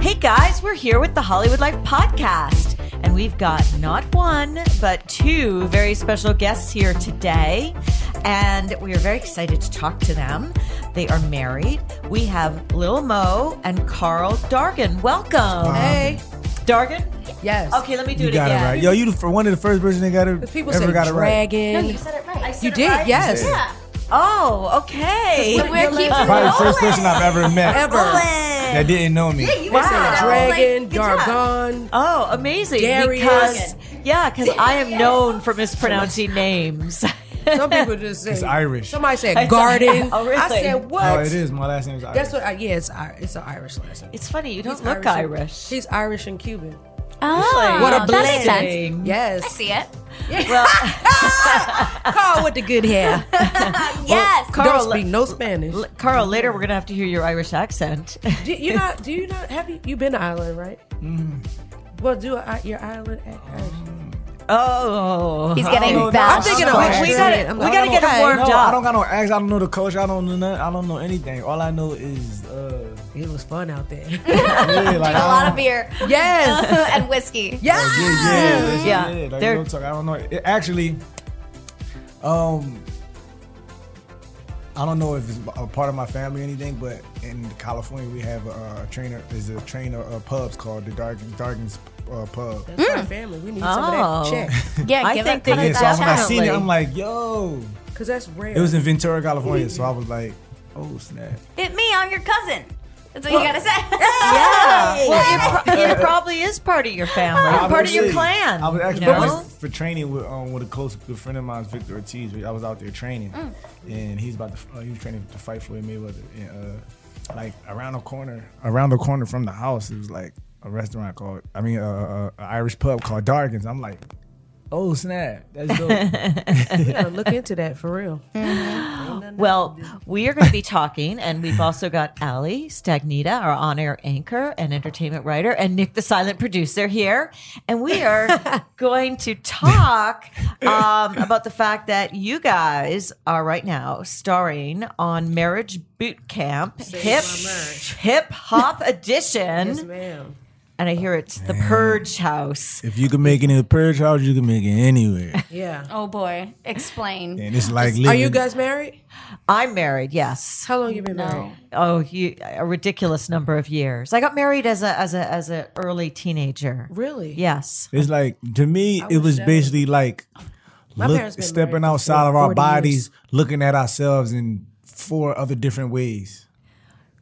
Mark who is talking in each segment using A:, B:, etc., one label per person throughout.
A: Hey guys, we're here with the Hollywood Life Podcast, and we've got not one, but two very special guests here today. And we are very excited to talk to them. They are married. We have Lil Mo and Carl Dargan. Welcome. Hey. Dargan?
B: Yes.
A: Okay, let me do
C: You
A: it
C: Um, got
A: again.
C: it right. Yo, you the, for one of the first person that got it.
B: People
C: ever
B: say
C: got
B: dragon.
D: No, you said it right.
A: I said
B: You
A: it
B: did,
A: right?
B: yes.
A: Oh, okay.
D: So we're keeping
C: it right. Probably the first
A: Rolling.
C: person I've ever met
B: Ever.
C: that didn't know me.
A: You
B: They
A: got it.
B: say
A: "Oh, I was
B: dragon,
A: like, good job.
B: Dargon.
A: Oh, amazing! Because
B: Darius.
A: yeah, because I am known for mispronouncing names.
B: Some people just say
C: It's Irish.
B: Somebody
A: I
B: said
A: said-
B: garden.
A: Oh, really?
B: I said what?
C: Oh, it is. My last name is Irish.
B: That's what. I, yeah, it's I- it's an Irish last name.
A: It's funny you don't
B: He's
A: look
B: and-
A: Irish.
B: He's Irish and Cuban.
D: Oh,
B: What a
D: that makes sense.
A: Dang.
D: I
B: Yes.
D: see it.
B: Carl with the good hair.
D: Yes.
A: Carl,
B: Don't speak no Spanish.
A: L- Carl, later we're gonna have to hear your Irish accent.
B: Do you not? Do you not? Have you? You been to Ireland, right?
C: Mm-hmm.
B: Well, do I, your Ireland act Irish?
A: oh,
D: He's getting
C: no, no,
D: back.
C: I'm thinking
B: of
A: we,
B: Irish.
A: we gotta,
B: I'm
A: we
B: like,
A: gotta get
B: okay.
A: him warmed
C: no,
A: up.
C: I don't got no accent. I don't know the coach. I don't know nothing. I don't know anything. All I know is, uh,
B: It was fun out there.
C: yeah, like
D: a lot of beer
B: yes.
D: and whiskey.
B: Yes.
C: Oh, Yeah, yeah, that's-
A: Yeah,
C: yeah. Like,
A: they're-
C: no talk. I don't know. It, actually, um, I don't know if it's a part of my family or anything, but in California we have a, a trainer. There's a trainer of pubs called the Dargan, Dargan's uh, Pub.
B: That's my family. We need some of
A: Mm. Oh.
B: that check
D: Yeah,
A: I
D: give
A: think
D: it
A: they
D: kind
A: did
D: of
C: Yeah,
A: that
C: so I-
D: that
C: when I seen it,
A: Definitely.
C: I'm like, yo,
B: because that's rare.
C: it was in Ventura, California. So I was like, oh snap.
D: Hit me, I'm your cousin. That's what you gotta say.
A: yeah, well, it, pro- it probably is part of your family,
C: I was
A: part of your
C: actually-
A: clan.
C: I was actually
A: you know?
C: I went for training with um, with a close good friend of mine, Victor Ortiz. I was out there training, and he's about to uh, he was training to fight Floyd Mayweather. And, uh, like around the corner, around the corner from the house, it was like a restaurant called I mean, uh, uh, an Irish pub called Dargan's. I'm like, oh snap, that's dope.
B: Yeah, look into that for real.
A: Well, we are going to be talking, and we've also got Ali Stagnita, our on air anchor and entertainment writer, and Nick, the silent producer, here. And we are going to talk um, about the fact that you guys are right now starring on Marriage Boot Camp Hip Hip Hop Edition.
B: Yes, ma'am.
A: and I hear it's the Purge House.
C: if you can make it in the purge house, you can make it anywhere.
B: Yeah.
D: Oh boy, explain.
C: And it's like
B: Are
C: living,
B: you guys married?
A: I'm married, yes.
B: How long you been married?
A: Oh, you, a ridiculous number of years. I got married as a as a as a early teenager.
B: Really?
A: Yes.
C: It's like to me, it was basically like look,
B: parents been
C: stepping
B: married for
C: outside of our
B: 40
C: bodies, looking at ourselves in four other different ways.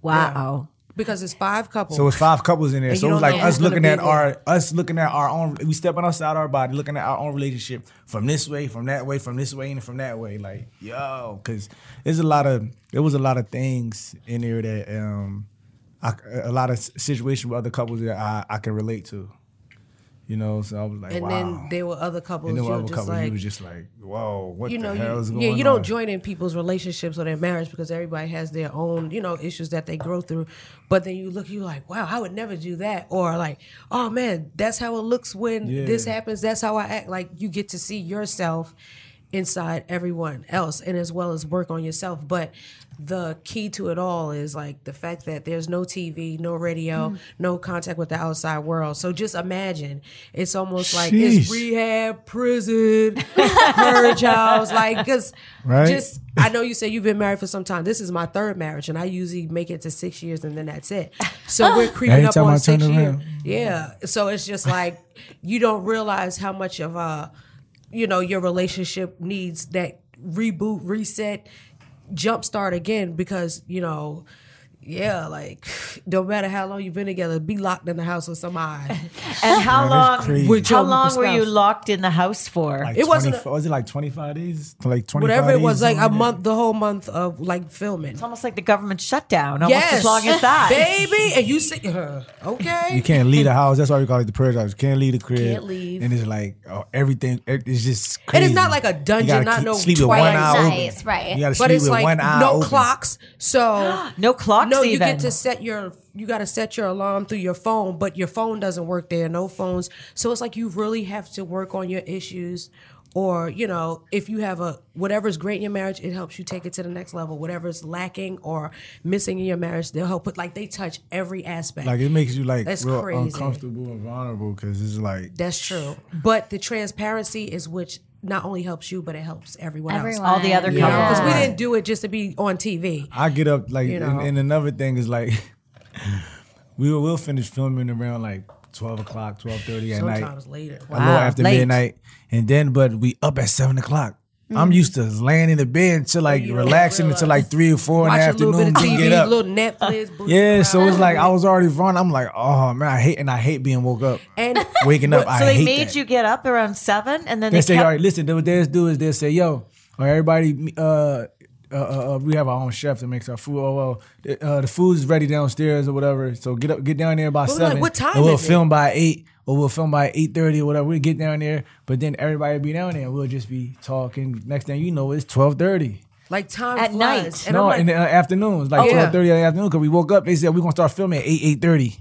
A: Wow.
B: Because it's five couples.
C: So it's five couples in there.
B: And
C: So
B: you
C: it was
B: don't
C: like
B: know
C: us
B: who's gonna
C: looking
B: be
C: at
B: there.
C: our us looking at our own. We stepping outside our body, looking at our own relationship from this way, from that way, from this way, and from that way. Like yo, because there's a lot of there was a lot of things in there that um, I, a lot of s- situations with other couples that I I can relate to. You know, so I was like,
B: and
C: wow.
B: then there were other couples.
C: And then
B: you were
C: other
B: just
C: couple,
B: like,
C: you was just like, whoa, what
B: you know,
C: the hell is
B: you,
C: going
B: yeah,
C: on?
B: you don't join in people's relationships or their marriage because everybody has their own, you know, issues that they grow through. But then you look, you like, wow, I would never do that, or like, oh man, that's how it looks when
C: Yeah.
B: this happens. That's how I act. Like you get to see yourself inside everyone else, and as well as work on yourself. But the key to it all is like the fact that there's no TV, no radio,
C: Mm-hmm.
B: no contact with the outside world. So just imagine, it's almost like it's
C: Sheesh.
B: rehab, prison, purge house, like because
C: Right.
B: just I know you say you've been married for some time. This is my third marriage, and I usually make it to six years, and then that's it. So we're creeping
C: Every
B: up
C: time
B: on
C: I turn
B: six years.
C: around.
B: Yeah, so it's just like you don't realize how much of a you know your relationship needs that reboot, reset, jumpstart again because you know yeah, like don't matter how long you've been together, be locked in the house with somebody.
A: And how
C: that's
A: long?
C: crazy.
B: With
A: How
B: your
A: long were you
B: spouse.
A: locked in the house for?
C: Like
B: It wasn't
C: 25 was it like 25 days? Like 25
B: Whatever it was,
C: days,
B: like a
C: something
B: month, the whole month of like filming.
A: It's almost like the government shutdown, almost as long as that.
B: baby. And you say, uh, okay,
C: You can't leave the house. That's why we call it the prayer house. You can't leave the crib.
B: Can't leave.
C: And it's like oh, everything. It's just.
B: And
C: Crazy.
B: it's not like a dungeon,
C: You gotta
B: not
C: keep-
B: no
C: sleep with
B: Twilight
C: one eye
D: Zone.
C: open.
D: Nice, right.
C: You gotta
B: but
C: sleep
B: it's
C: with
B: like
C: one eye
B: no
C: open.
B: clocks. So
A: No clocks
B: no, you
A: even.
B: get to set your you got to set your alarm through your phone, but your phone doesn't work there. No phones, so it's like you really have to work on your issues. Or you know, if you have a whatever's great in your marriage, it helps you take it to the next level. Whatever's lacking or missing in your marriage, they'll help. But like they touch every aspect.
C: Like it makes you like
B: That's
C: real
B: crazy.
C: uncomfortable and vulnerable because it's like
B: That's true. But the transparency is which not only helps you, but it helps everyone,
D: Everyone.
B: else.
A: all the other
B: You know, because we
A: couples.
B: didn't do it just to be on TV.
C: I get up like,
B: You know.
C: and, and another thing is like, we will we'll finish filming around like twelve o'clock, twelve thirty at night,
B: Sometimes later.
C: a little
A: Wow,
C: after
A: late.
C: midnight, and then but we up at seven o'clock. I'm
B: Mm.
C: used to laying in the bed until like relaxing until like three or four
B: Watch
C: in the
B: a little
C: afternoon.
B: bit of
C: then
B: TV,
C: get up.
B: little Netflix. boots
C: yeah, so it's
B: around.
C: like I was already running. I'm like, oh man, I hate and I hate being woke up,
B: And
C: waking up. I
A: so they
C: hate
A: made
C: that.
A: you get up around seven, and then
C: They
A: they,
C: say, all
A: kept,
C: right, listen, what they'll do is they'll say, yo, or everybody, uh, uh, uh, uh, we have our own chef that makes our food. Oh, well, the- uh, the food's ready downstairs or whatever. So get up, get down there by
B: But, like,
C: seven.
B: what time
C: And we'll
B: is it?
C: film by eight, or we'll film by eight thirty or whatever. We get down there, but then everybody will be down there. and We'll just be talking. Next thing you know, it's twelve thirty.
B: like time
A: At
B: flies.
A: night.
B: And
C: No,
B: I'm like,
C: in the uh, afternoon, it's like
B: Oh.
C: twelve thirty in the afternoon because we woke up. They said we're gonna start filming at eight eight thirty.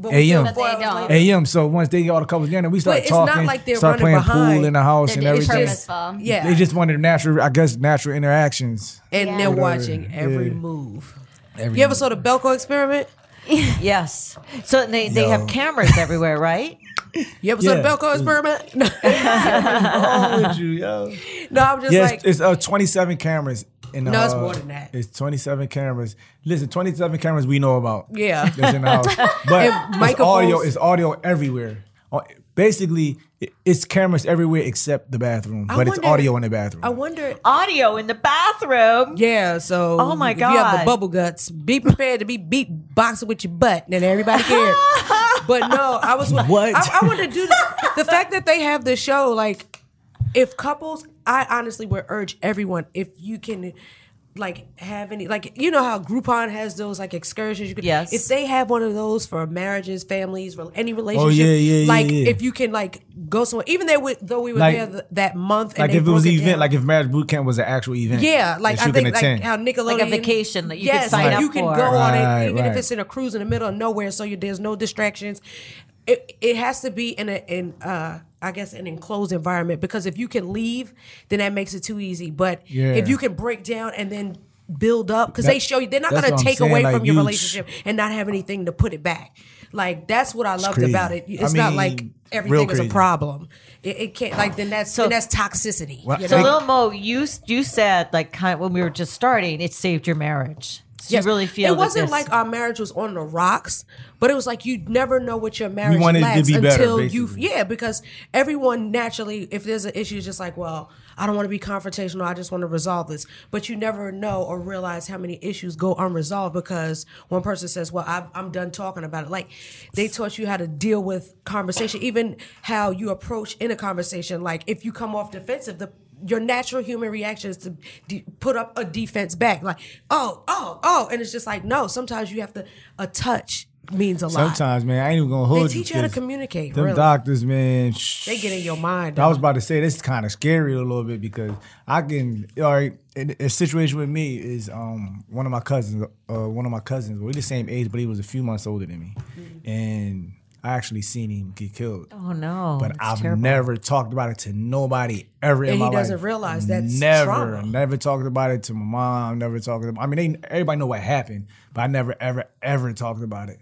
B: but we
C: AM.
B: feel four
D: But they
B: hours
D: don't.
B: later.
C: AM. So once they get all the couples down there, we start
B: But it's not
C: talking,
B: like they're
C: start playing
B: running behind.
C: pool in the house and
D: They're doing
C: everything.
D: purposeful.
B: Yeah.
C: They just wanted natural, I guess, natural interactions.
B: and they're watching every move. you ever saw the Belko experiment?
A: yes. So they, they have
C: Yo.
A: cameras everywhere, right?
B: You ever saw the
C: Yeah.
B: Belko experiment?
C: Oh, would you, yo?
B: no, I'm just
C: Yes,
B: like,
C: it's uh, 27 cameras. In the,
B: No, it's
C: uh,
B: more than that.
C: It's 27 cameras. Listen, 27 cameras we know about.
B: Yeah.
C: That's in the house. But it's audio,
B: microphones.
C: it's audio everywhere. Uh, Basically, it- it's cameras everywhere except the bathroom, but it's
B: wonder-
C: audio in the bathroom.
B: I wonder.
A: Audio in the bathroom.
B: Yeah, so
A: Oh my
B: if you have
A: God.
B: the bubble guts, be prepared to be beat boxing with your butt, and everybody cares. but no, I was
C: What?
B: I, I want to do that. the fact that they have this show. Like, if couples, I honestly would urge everyone if you can. Like have any like you know how Groupon has those like excursions you could
A: Yes.
B: if they have one of those for marriages families rel- any relationship
C: Oh, yeah, yeah, yeah,
B: like
C: yeah.
B: if you can like go somewhere even though we, though we were
C: Like-
B: there th- that month and
C: like
B: they
C: if it was
B: broke
C: an event,
B: down.
C: like if marriage boot camp was an actual event.
B: Yeah, like
C: that
B: I
C: you can
B: think like
C: attend.
B: how Nickelodeon
A: Like a vacation that you could
B: yes,
A: sign
B: like
A: up
B: you can
A: for.
B: go on
C: Right,
B: it, even
C: right.
B: if it's in a cruise in the middle of nowhere, so you, there's no distractions. It it has to be in a in uh I guess an enclosed environment because if you can leave, then that makes it too easy. But
C: Yeah.
B: if you can break down and then build up, because they
C: That-
B: show you they're not
C: that's
B: going
C: what
B: to
C: I'm
B: take
C: saying,
B: away
C: like,
B: from your
C: you-
B: relationship and not have anything to put it back. Like that's what I loved
C: crazy.
B: about it.
C: I
B: It's not
C: mean,
B: like
C: real
B: everything is a
C: crazy.
B: problem. It, it can't like then that's
A: So-
B: then that's toxicity.
C: What-
B: you
A: So
B: know?
A: Lil Mo, you you said like kind of when we were just starting, it saved your marriage. So
B: Yes.
A: you really feel
B: it
A: that
B: wasn't
A: this-
B: like our marriage was on the rocks, but it was like you never know what your marriage
C: wanted it to
B: lacks
C: be better,
B: until you
C: basically.
B: yeah because everyone naturally if there's an issue it's just like well I don't want to be confrontational I just want to resolve this but you never know or realize how many issues go unresolved because one person says well I've, I'm done talking about it like they taught you how to deal with conversation even how you approach in a conversation like if you come off defensive the your natural human reaction is to de- put up a defense back like oh oh oh and it's just like no sometimes you have to a touch means a lot
C: Sometimes, man, I ain't even gonna hold
B: They teach you how to communicate,
C: Them
B: really.
C: doctors, man,
B: They get in your mind,
C: I was
B: though.
C: about to say this is kind of scary a little bit because I can. All right, a a situation with me is um one of my cousins, uh, one of my cousins. We're the same age, but he was a few months older than me, and I actually seen him get killed.
A: Mm-hmm. oh no,
C: But
A: that's
C: I've
A: terrible.
C: never talked about it to nobody ever in
B: And
C: my
B: he
C: life.
B: doesn't realize that's
C: never,
B: trauma.
C: never talked about it to my mom. Never talked about. I mean, they, everybody know what happened, but I never, ever, ever talked about it.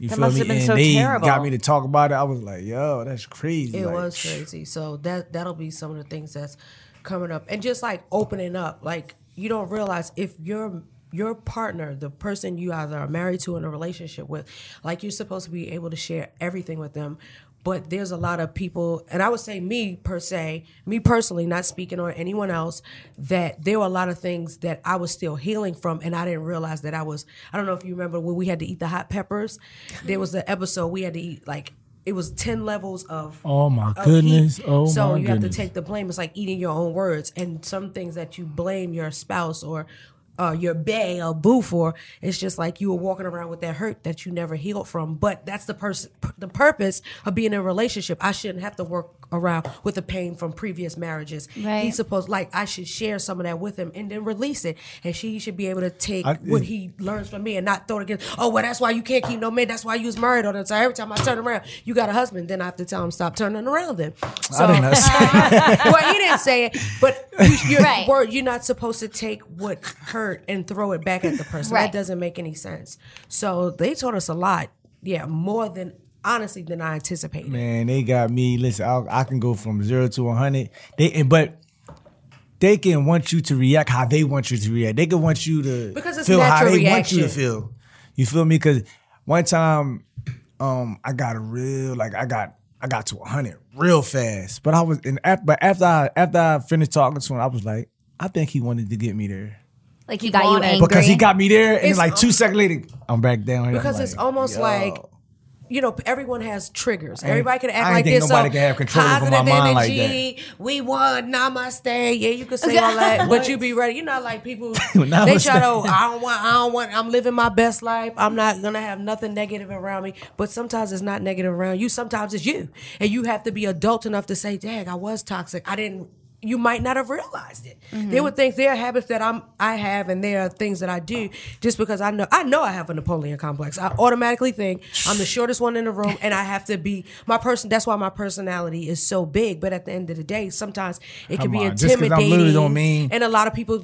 C: You
A: That
C: feel
A: must
C: me?
A: have been
C: and
A: so
C: they
A: terrible.
C: got me to talk about it. I was like, "Yo, that's crazy."
B: It
C: Like,
B: was crazy. So that that'll be some of the things that's coming up, and just like opening up, like you don't realize if your your partner, the person you either are married to in a relationship with, like you're supposed to be able to share everything with them. But there's a lot of people, and I would say me per se, me personally, not speaking on anyone else, that there were a lot of things that I was still healing from, and I didn't realize that I was. I don't know if you remember when we had to eat the hot peppers. There was an episode we had to eat like it was ten levels of.
C: Oh my
B: of
C: goodness.
B: heat.
C: Oh
B: so
C: my
B: you have to
C: goodness.
B: take the blame. It's like eating your own words, and some things that you blame your spouse or uh, your bae or boo for. It's just like you were walking around with that hurt that you never healed from. But that's the person, the purpose of being in a relationship. I shouldn't have to work around with the pain from previous marriages.
D: Right.
B: He's supposed like I should share some of that with him and then release it, and she should be able to take
C: I-
B: what he learns from me and not throw it against. Oh well, that's why you can't keep no man. That's why you was married all the time. Every time I turn around, you got a husband. Then I have to tell him stop turning around. Then so
C: didn't know.
B: well, he didn't say it, but you- you're,
D: Right.
B: word- you're not supposed to take what hurt and throw it back at the person.
D: Right.
B: That doesn't make any sense. So they taught us a lot. Yeah, more than honestly than I anticipated.
C: Man, they got me. Listen, I'll, I can go from zero to one hundred. They and- but they can want you to react how they want you to react. They can want you to
B: Because it's
C: feel how they
B: natural
C: want you to
B: reaction.
C: feel. You feel me? Because one time, um, I got a real like I got I got to one hundred real fast. But I was and after, but after I after I finished talking to him, I was like, I think he wanted to get me there
D: Like he got you
B: wanted-
D: angry.
C: because he got me there, and
B: It's-
C: like two seconds later, I'm back down. here. I'm
B: Because it's
C: like,
B: almost
C: yo.
B: like you know, everyone has triggers. Everybody can act
C: I ain't
B: like
C: think
B: this.
C: nobody
B: so
C: can have control over my
B: positive
C: mind like
B: energy, We won, namaste. Yeah, you can say all that, but you be ready. You know, like people they
C: Namaste.
B: try to. I don't want. I don't want. I'm living my best life. I'm not gonna have nothing negative around me. But sometimes it's not negative around you. Sometimes it's you, and you have to be adult enough to say, "Dang, I was toxic. I didn't." You might not have realized it. There were things, there are habits that I'm I have, and there are things that I do just because I know I know I have a Napoleon complex. I automatically think I'm the shortest one in the room, and I have to be my person. That's why my personality is so big. But at the end of the day, sometimes it can
C: Come
B: be
C: on, just 'cause I'm little
B: intimidating.
C: don't mean-
B: And a lot of people,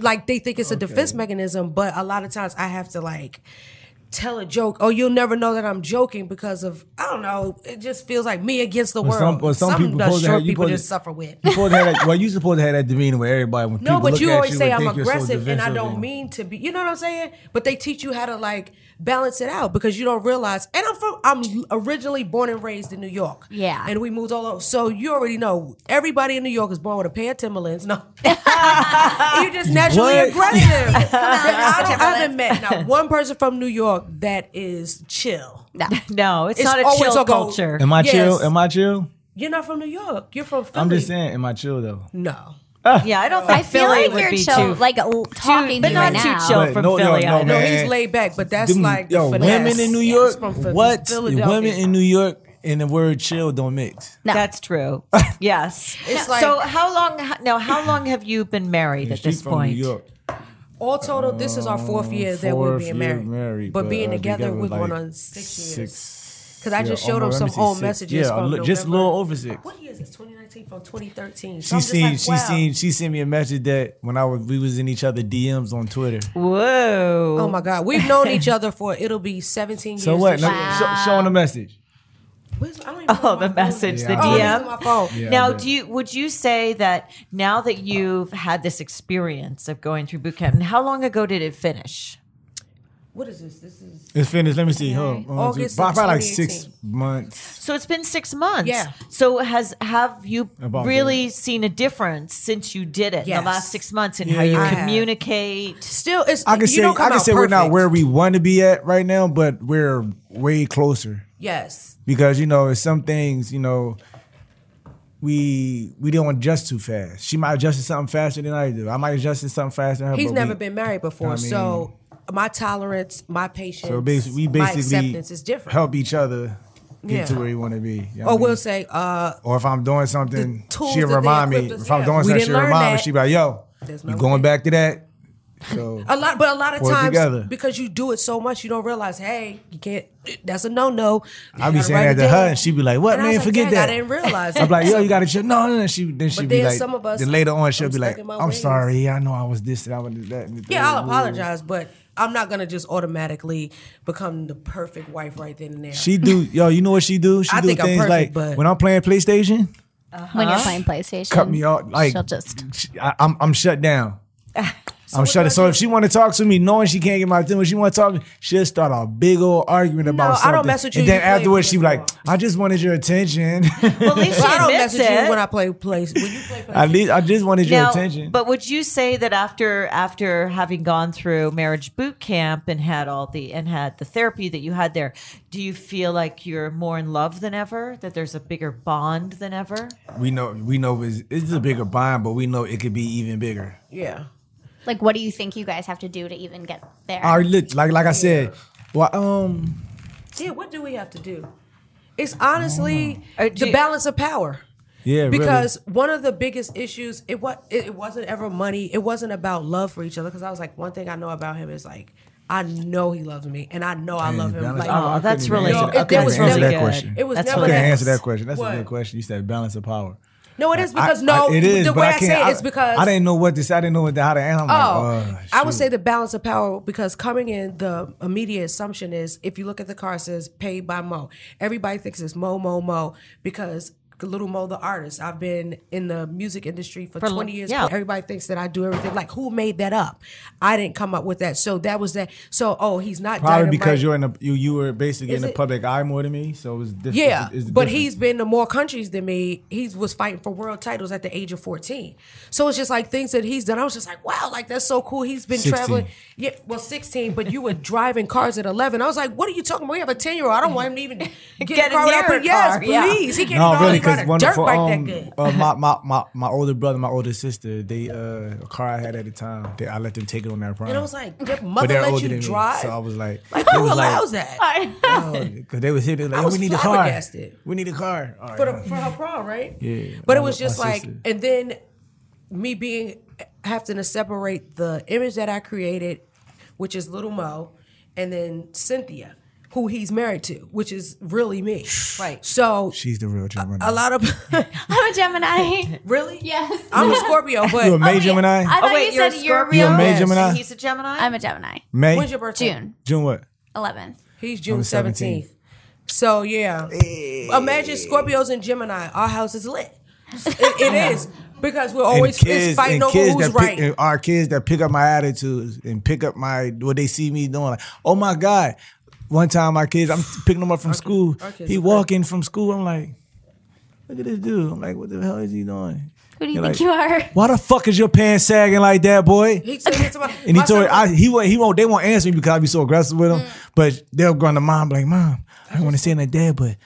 B: like, they think it's a defense mechanism, but a lot of times I have to, like, tell a joke. Oh, you'll never know that I'm joking because of, I don't know, it just feels like me against the
C: Well,
B: world.
C: some- well, some
B: Something
C: people
B: that
C: supposed to
B: short
C: have- you
B: people
C: supposed
B: just
C: to-
B: suffer with.
C: You supposed to have that, well, you supposed to have that demeanor where everybody when
B: No,
C: people
B: but
C: look
B: you
C: at
B: always
C: you
B: say
C: would
B: I'm
C: think you're so
B: aggressive, and I don't
C: defensive.
B: mean to be. You know what I'm saying? But they teach you how to like balance it out because you don't realize. And I'm from. I'm originally born and raised in New York.
D: Yeah.
B: and we moved all over. So you already know everybody in New York is born with a pair of Timberlands. No, you're just naturally
C: What?
B: aggressive.
D: out
B: I,
D: with
B: don't, I haven't
D: Timberlands.
B: met not one person from New York that is chill.
D: No.
A: No, it's,
B: It's
A: not a
B: always
A: chill
B: a go-
A: culture.
C: Am I
B: Yes.
C: chill? Am I chill?
B: You're not from New York. You're from Philly.
C: I'm just saying, am I chill though?
B: No.
A: yeah, I don't think
D: I feel
A: Philly
D: like
A: would
D: you're
A: be
D: chill,
A: too.
D: like l- talking
A: but
D: to you
A: not
D: right
A: too
D: now.
A: chill
C: But
A: from
C: no, no,
A: Philly.
C: no,
A: I
C: no.
B: No,
C: Man.
B: he's laid back, but that's
C: Them-
B: like
C: yo, women in New
B: finesse.
C: York.
B: He's from Phil-
C: what?
B: Philadelphia.
C: Women in New York and the word chill don't mix.
D: No.
A: That's true. yes.
B: It's like-
A: so how long? h- Now, how long have you been married at
C: She
A: this
C: from
A: point?
C: New York.
B: All total, this is our fourth year that
C: Um,
B: we're
C: Fourth
B: being
C: year
B: married. but, being
C: uh,
B: together, we're
C: like
B: going on six, years.
C: six-
B: 'Cause I just
C: yeah,
B: showed him
C: almost-
B: some
C: let me see,
B: old
C: six.
B: messages
C: Yeah,
B: from
C: look, just a
B: November.
C: little over six.
B: What year is this? 2019 from 2013. So
C: She
B: I'm just
C: seen,
B: like,
C: she
B: wow.
C: seen, she sent me a message that when I was, we was in each other DMs on Twitter.
A: Whoa.
B: Oh my God, we've known each other for it'll be 17
C: So
B: years.
C: what?
B: this
C: No,
B: year.
C: show, showing a message.
B: Where's- I don't even know
A: Oh,
B: where my
A: the
B: phone
A: message,
B: is.
A: the
B: I don't even
A: DM.
B: know my phone.
C: Yeah,
A: now,
C: but-
A: do you would you say that now that you've had this experience of going through boot camp, and how long ago did it finish?
B: What is this? This is
C: It's finished. Let me see. Hold on.
B: August of
C: Probably like six
B: 2018.
C: months.
A: So it's been six months.
B: Yeah.
A: So has have you
C: About
A: really seen a difference since you did it in
B: Yes.
A: the last six months and how you
B: I have.
A: communicate?
B: still. It's
C: I can
B: you
C: say I
B: don't come
C: can
B: out
C: say we're not
B: perfect.
C: where we want to be at right now, but we're way closer
B: Yes,
C: because you know it's some things you know we we don't adjust too fast. She might adjust to something faster than I do. I might adjust to something faster than her.
B: he's
C: but
B: never
C: we-
B: been married before,
C: I
B: so my tolerance, my patience,
C: So basically, we
B: my
C: basically
B: acceptance is different.
C: help each other get
B: Yeah.
C: to where you want to be. you know what
B: Or
C: I
B: we'll
C: mean?
B: say, uh,
C: or if I'm doing something,
B: tools
C: she'll
B: that they
C: remind me.
B: equipped us-
C: If I'm
B: yeah.
C: doing
B: We
C: something,
B: didn't
C: she'll
B: learn
C: remind me.
B: that.
C: She be like, "Yo,
B: There's
C: you
B: no
C: going
B: way.
C: back to that?" So
B: A lot, but a lot of
C: Work
B: times
C: together.
B: because you do it so much, you don't realize, hey, you can't. That's a no no.
C: I be saying that to her, and she be like, "What
B: And I
C: man?
B: was like,
C: forget
B: "Dang, I
C: that."
B: didn't realize
C: I'm
B: it.
C: like, "Yo, you got to chill." No, no, no. She then she
B: But
C: be
B: then
C: like,
B: some of us-
C: then later on she'll
B: I'm
C: be like,
B: stuck in my
C: "I'm
B: ways."
C: sorry, I know I was this, and I was that." and the
B: Yeah,
C: third."
B: I'll apologize, but I'm not gonna just automatically become the perfect wife right then and there.
C: She do, yo. You know what she do? She
B: I
C: do
B: think I'm
C: things
B: perfect,
C: like
B: but-
C: when I'm playing PlayStation,
D: When you're playing PlayStation,
C: cut me off. Like
D: she'll just
C: she- I, am I'm shut down. I'm shutting. So if she want to talk to me, knowing she can't get my attention, when she want to talk, she'll start a big old argument
B: I
C: about
B: don't
C: something.
B: mess with you.
C: And then
B: You play with
C: afterwards,
B: me
C: she be like,
B: before.
C: "I just wanted your attention.
A: Well, at least she
B: I don't
A: admits
B: mess with
A: it.
B: you when I play place. When you play place,
C: At least I just wanted your attention."
A: But would you say that after after having gone through marriage boot camp and had all the and had the therapy that you had there, do you feel like you're more in love than ever? That there's a bigger bond than ever?
C: we know, we know, it's, it's a bigger bond, but we know it could be even bigger.
B: yeah.
D: Like, what do you think you guys have to do to even get there?
C: I look like, like I said, well, um,
B: Yeah, what do we have to do? It's honestly
C: Oh.
A: Uh, do
B: the
A: you-
B: balance of power.
C: yeah, really.
B: because one of the biggest issues it was it, it wasn't ever money. It wasn't about love for each other. Because I was like, one thing I know about him is like, I know he loves me, and I know I love him.
C: balance-
B: Like,
C: I- I
A: Oh, that's
C: couldn't
A: really
C: even
B: No,
C: answer- I
B: it- there
C: couldn't
B: was
C: even answer
B: never-
C: that question.
B: it was
A: That's
B: never
A: really
C: I
B: that.
C: couldn't answer that question. That's
B: What?
C: a good question. You said balance of power.
B: No, it is because
C: I-
B: no.
C: I- it is,
B: the
C: but
B: way
C: I
B: I,
C: can't-
B: say
C: I-
B: it is because
C: I didn't know what this. I didn't know what the, how to answer. I'm
B: Oh,
C: like, oh,
B: I would
C: shoot.
B: say the balance of power because coming in, the immediate assumption is if you look at the car, it says paid by Mo. Everybody thinks it's Mo, Mo, Mo because Little Mo, the artist. I've been in the music industry for,
A: For lo-
B: 20 years.
A: yeah.
B: Everybody thinks that I do everything. Like, who made that up? I didn't come up with that. So that was that. So, oh, he's not
C: Probably
B: dynamite.
C: because you're in the you you were basically
B: Is
C: in the
B: it-
C: public eye more than me, so it was different.
B: Yeah,
C: it's, it's
B: but
C: different.
B: he's been to more countries than me. He was fighting for world titles at the age of 14. So it's just like things that he's done. I was just like, wow, like that's so cool. He's been
C: 16.
B: traveling. Yeah, well, 16, but you were driving cars at 11. I was like, what are you talking about? We have a 10 year old. I don't want him to even get,
A: Get
B: in a car
A: near
B: without
A: a
B: me. Yes,
A: car, yeah.
B: please. He can't
C: no
B: even
C: really
B: ride
C: because
B: a dirt
C: wonderful
B: bike
C: um
B: that good.
C: uh, my, my my my older brother, my older sister, they uh a car I had at the time, they, I let them take it on their prime.
B: And I was like, your
C: but
B: mother
C: they're
B: let
C: older
B: you
C: than
B: drive?
C: me, so I was like,
B: like,
C: they
B: who
C: was
B: allows
C: like,
B: that?
C: Because they was here, they was like,
B: was
C: we need a car,
B: flabbergasted.
C: we need a car. All right,
B: for the
C: all right.
B: for her prom, right?
C: Yeah,
B: But it
C: my-
B: was just
C: my
B: like,
C: sister.
B: and then me being having to separate the image that I created, which is Little Mo, and then Cynthia, who he's married to, which is really me.
A: Right.
B: So
C: she's the real Gemini.
B: a lot of
D: I'm a Gemini.
B: really,
D: Yes.
B: I'm a Scorpio, but
C: You a May Gemini?
D: I thought
A: Oh, wait,
D: you
A: you're
D: said
A: a
D: you're
A: Scorpio?
D: real.
C: You're a May
B: Yes.
C: Gemini.
A: And he's a Gemini.
D: I'm a Gemini.
C: May
B: when's your birthday?
D: June
C: June what?
D: 11th.
B: He's June
C: the
B: 17th. So yeah, imagine Scorpios and Gemini. Our house is lit. It, it is because we're always Oh, it's fighting over who's
C: that
B: right.
C: Pick, and our kids that pick up my attitudes and pick up my what they see me doing. Like, oh my god! One time, my kids, I'm picking them up from school.
B: our kids
C: He
B: are
C: walking from school. I'm like, look at this dude. I'm like, what the hell is he doing?
D: Who do you
C: You're like-
D: think you are?
C: Why the fuck is your pants sagging like that, boy?
B: He said it's about-
C: And he
B: my Mm. son
C: told
B: was-
C: I, he won't he won't they won't answer me because I be so aggressive with them. But they'll go on to mom be like, Mom, I don't want to say that dad, but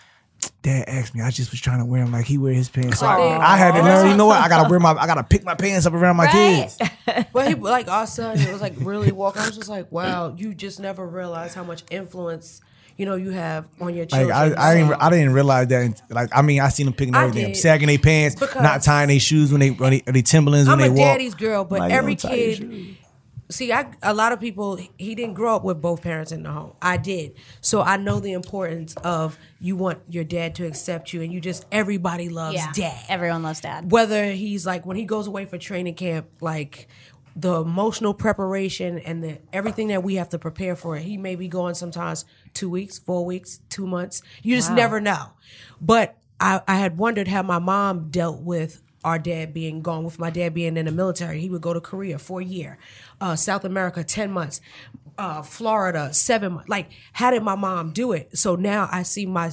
C: dad asked me. I just was trying to wear them like he wear his pants. So I,
B: oh.
C: I had to learn, you know what? I gotta wear my I gotta pick my pants up around my
D: Right.
C: kids.
B: But he like our son, it was like really walking. I was just like, wow, you just never realize how much influence you know you have on your
C: Like
B: children.
C: I, I didn't I didn't realize that like I mean I seen them picking
B: I
C: everything up,
B: did.
C: sagging their pants, not
B: Because-
C: tying their shoes when they when they, or they Timberlands
B: am
C: when
B: a
C: they walk.
B: daddy's girl, but
C: Like,
B: every
C: don't tie your
B: kid. See, I a lot of people he didn't grow up with both parents in the home. I did, so I know the importance of you want your dad to accept you, and you just everybody loves dad.
D: Everyone loves dad.
B: whether he's like when he goes away for training camp, like the emotional preparation and the everything that we have to prepare for it. He may be going sometimes two weeks, four weeks, two months. You just never know. But I, I had wondered how my mom dealt with our dad being gone, with my dad being in the military. He would go to Korea for a year, uh, South America ten months, uh, Florida seven months. Like, how did my mom do it? So now I see my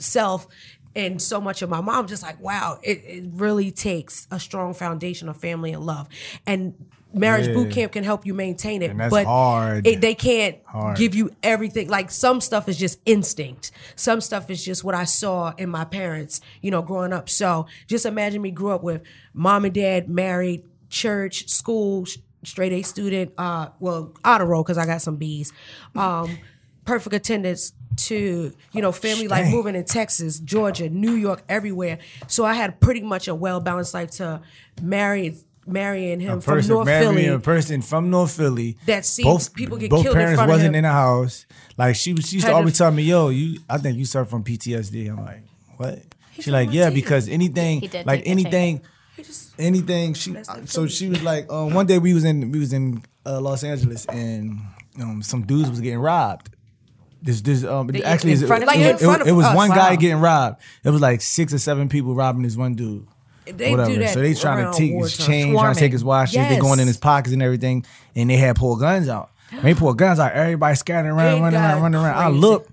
B: self and so much of my mom just like wow it, it really takes a strong foundation of family and love and marriage boot camp can help you maintain it
C: And that's
B: but
C: hard.
B: It, they can't
C: Hard.
B: give you everything like some stuff is just instinct some stuff is just what i saw in my parents you know growing up so just imagine me grew up with mom and dad married church school sh- straight a student uh well honor roll because i got some b's um perfect attendance to you know family life moving in texas georgia new york everywhere so i had pretty much a well-balanced life to marry marrying him from
C: person,
B: north
C: married
B: philly
C: a person from North Philly
B: That sees people get
C: both
B: killed in
C: parents
B: front of
C: wasn't
B: him.
C: in the house. Like she, was- she used
B: Had
C: to
B: to-
C: always tell me, "Yo, you, I think you suffer from PTSD." I'm like, "What?" She like, "Yeah, because anything,
D: He did
C: like
D: take the tape.
C: anything, anything." She so she was like, um, one day we was in we was in uh, Los Angeles and um, some dudes was getting robbed. This this um actually
A: in
C: it-
A: front of
C: it,
A: you?
C: it-
B: In front of
C: it was
B: us.
C: one
B: Wow.
C: guy getting robbed. It was like six or seven people robbing this one dude.
B: They do
C: whatever.
B: that
C: So they trying
B: around
C: to take his
B: wartime.
C: change, trying to take his watches. They going in his
B: Yes.
C: pockets and everything, and they had pulled guns out. When they pulled guns out, everybody scattering around,
B: It
C: running around,
B: got
C: running around. I
B: crazy.
C: look.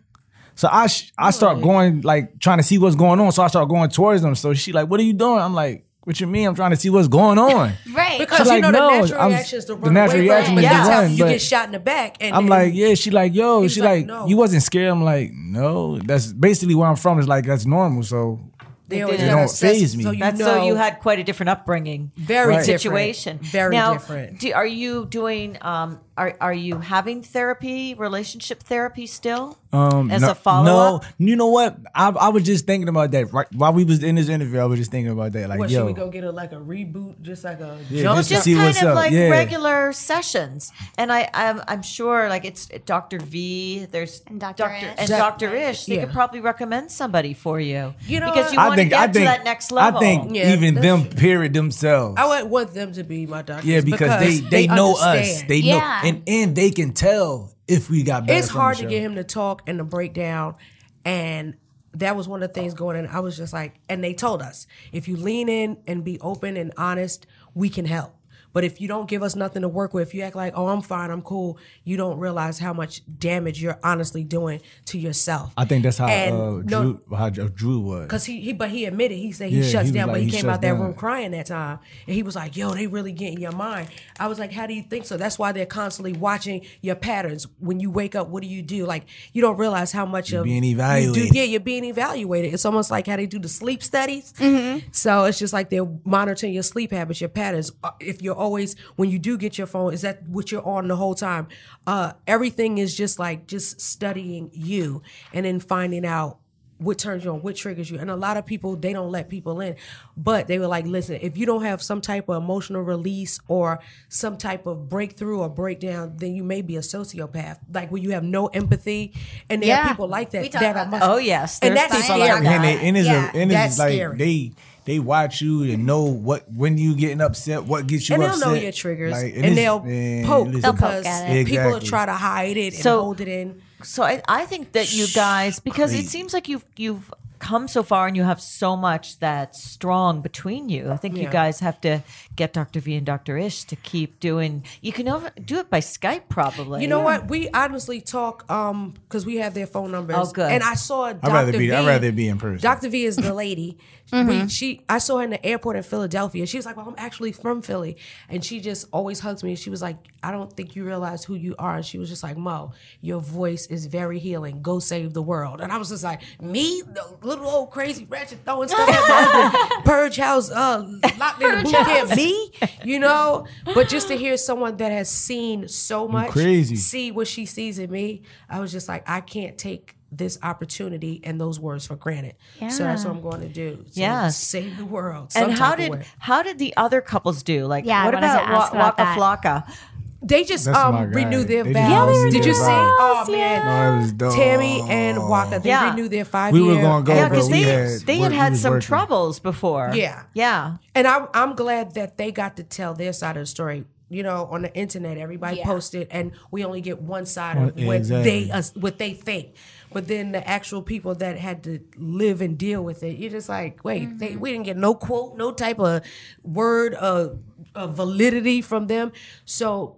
C: So I sh- I start going like trying to see what's going on. So I start going towards them. So she like, "What are you doing?" I'm like, "What you mean? I'm trying to see what's going on."
D: Right.
B: Because
C: She's
B: you
C: like,
B: know
C: no,
B: the natural
C: I'm-
B: reaction is to
C: the
B: run
C: natural
B: away,
C: reaction
A: is to
B: That's how
C: run,
B: you
C: but-
B: get shot in the back. And
C: I'm
B: then-
C: like, yeah. She like, yo.
B: was
C: She
B: like,
C: like,
B: no.
C: you wasn't scared. I'm like, no. That's basically where I'm from. Is like that's normal. So
B: they
A: They
C: don't
B: stress-
C: faze me.
B: So you
A: That's
B: know,
A: so you had quite a different upbringing,
B: Very
A: and
B: different.
A: situation,
B: Very
A: Now,
B: different.
A: Do, are you doing? Um, are are you having therapy, relationship therapy still? Um, as
C: no,
A: a follow up,
C: No, you know what? I, I was just thinking about that right while we was in this interview. I was just thinking about that. Like,
B: What,
C: yo,
B: should we go get a like a reboot, just like a
C: Yeah,
B: jump
C: just to
A: just
C: see
A: kind
C: what's
A: of
C: up.
A: like
C: Yeah.
A: regular sessions. And I, I'm, I'm sure like it's Dr. V. There's
D: And Dr. Ish.
A: and
D: That-
A: Dr. Ish. They could
B: Yeah.
A: probably recommend somebody for you.
B: You know
A: because
B: what?
A: you want to get to that next level.
C: I think
B: Yeah,
C: even
B: that's
C: them period themselves.
B: I would want them to be my doctors.
C: yeah, because, they, they, know us.
B: understand.
C: They
D: Yeah.
C: know, and and they can tell if we got. Better
B: it's
C: from
B: hard
C: the
B: to
C: show.
B: get him to talk and to break down and that was one of the things going in i was just like and they told us if you lean in and be open and honest we can help but if you don't give us nothing to work with you act like oh i'm fine i'm cool you don't realize how much damage you're honestly doing to yourself
C: I think that's how
B: And
C: uh,
B: no-
C: Drew, how Drew was.
B: Cause he, he but he admitted he said he
C: Yeah,
B: shuts
C: he was
B: down,
C: like,
B: but he,
C: he
B: came
C: shuts
B: out that
C: down.
B: room crying that time, and he was like, "Yo, they really get in your mind." I was like, "How do you think so?" That's why they're constantly watching your patterns. When you wake up, what do you do? Like you don't realize how much of
C: being
B: you do-
C: evaluated.
B: yeah, you're being evaluated. It's almost like how they do the sleep studies. So it's just like they're monitoring your sleep habits, your patterns. Uh, If you're always when you do get your phone, is that what you're on the whole time? Uh, everything is just like just studying you, and then finding out what turns you on, what triggers you. And a lot of people, they don't let people in. But they were like, listen, if you don't have some type of emotional release or some type of breakthrough or breakdown, then you may be a sociopath. Like where you have no empathy. And there are
D: Yeah.
B: people like that
D: We talk
B: that
D: about
B: are
D: that.
B: much-
A: Oh, yes.
B: And
A: There's
B: that's
D: people
B: scary.
D: like that.
C: and, they, and it's,
D: Yeah,
C: a, and
B: that's
C: it's like
B: scary.
C: they they watch you and know what when you getting upset, what gets you
B: and they'll
C: upset.
B: know your triggers
C: Like,
B: and,
C: it's-
B: they'll
C: man,
B: poke
C: listen.
D: They'll poke
B: because
D: at
C: it.
B: people
C: Exactly.
B: try to hide it and
A: So-
B: hold it in.
A: So I, I think that you guys, because it seems like you've you've come so far and you have so much that's strong between you. I think you
B: Yeah.
A: guys have to get Dr. V and Dr. Ish to keep doing. You can over, do it by Skype, probably.
B: You know what? We honestly talk um because we have their phone numbers.
A: Oh, good.
B: And I saw Dr.
C: rather be-
B: V.
C: I'd rather be in person.
B: Dr. V is the lady. we, she I saw her in the airport in Philadelphia. She was like, "Well, I'm actually from Philly," and she just always hugs me. And she was like, "I don't think you realize who you are." And she was just like, "Mo, your voice is very healing. Go save the world." And I was just like, "Me, the little old crazy ratchet throwing stuff at my husband, purge house, uh, locked in the boot camp, me, you know." But just to hear someone that has seen so much,
C: crazy.
B: see what she sees in me, I was just like, I can't take this opportunity and those words for granted. So that's what I'm going to do. So
A: Yeah.
B: Save the world. some
A: And how
B: type of
A: did
B: way.
A: how did the other couples do? Like,
D: Yeah, I
A: what
D: wanted to
A: about,
D: ask
A: Wa-
D: about
A: Waka Flocka?
B: they just
C: That's my
B: um
C: guy.
B: renew their
C: They just
B: vows?
C: renewed
B: did
C: their
B: you see? Oh
C: vows,
B: man.
C: Oh, it was dope.
B: Tammy and Waka, they
A: Yeah.
B: renewed their five
C: We
B: year
C: were gonna go,
A: Yeah,
C: but
A: because
C: Oh, we
A: they
C: had
A: they
C: work-
A: had
C: we
A: had
C: was
A: some
C: working.
A: troubles before.
B: Yeah.
A: yeah.
B: And I'm I'm glad that they got to tell their side of the story. You know, on the internet, everybody
D: Yeah.
B: posted, and we only get one side of
C: Well,
B: what
C: exactly.
B: they us what they think. But then the actual people that had to live and deal with it, you're just like, wait, they, we didn't get no quote, no type of word of, of validity from them. So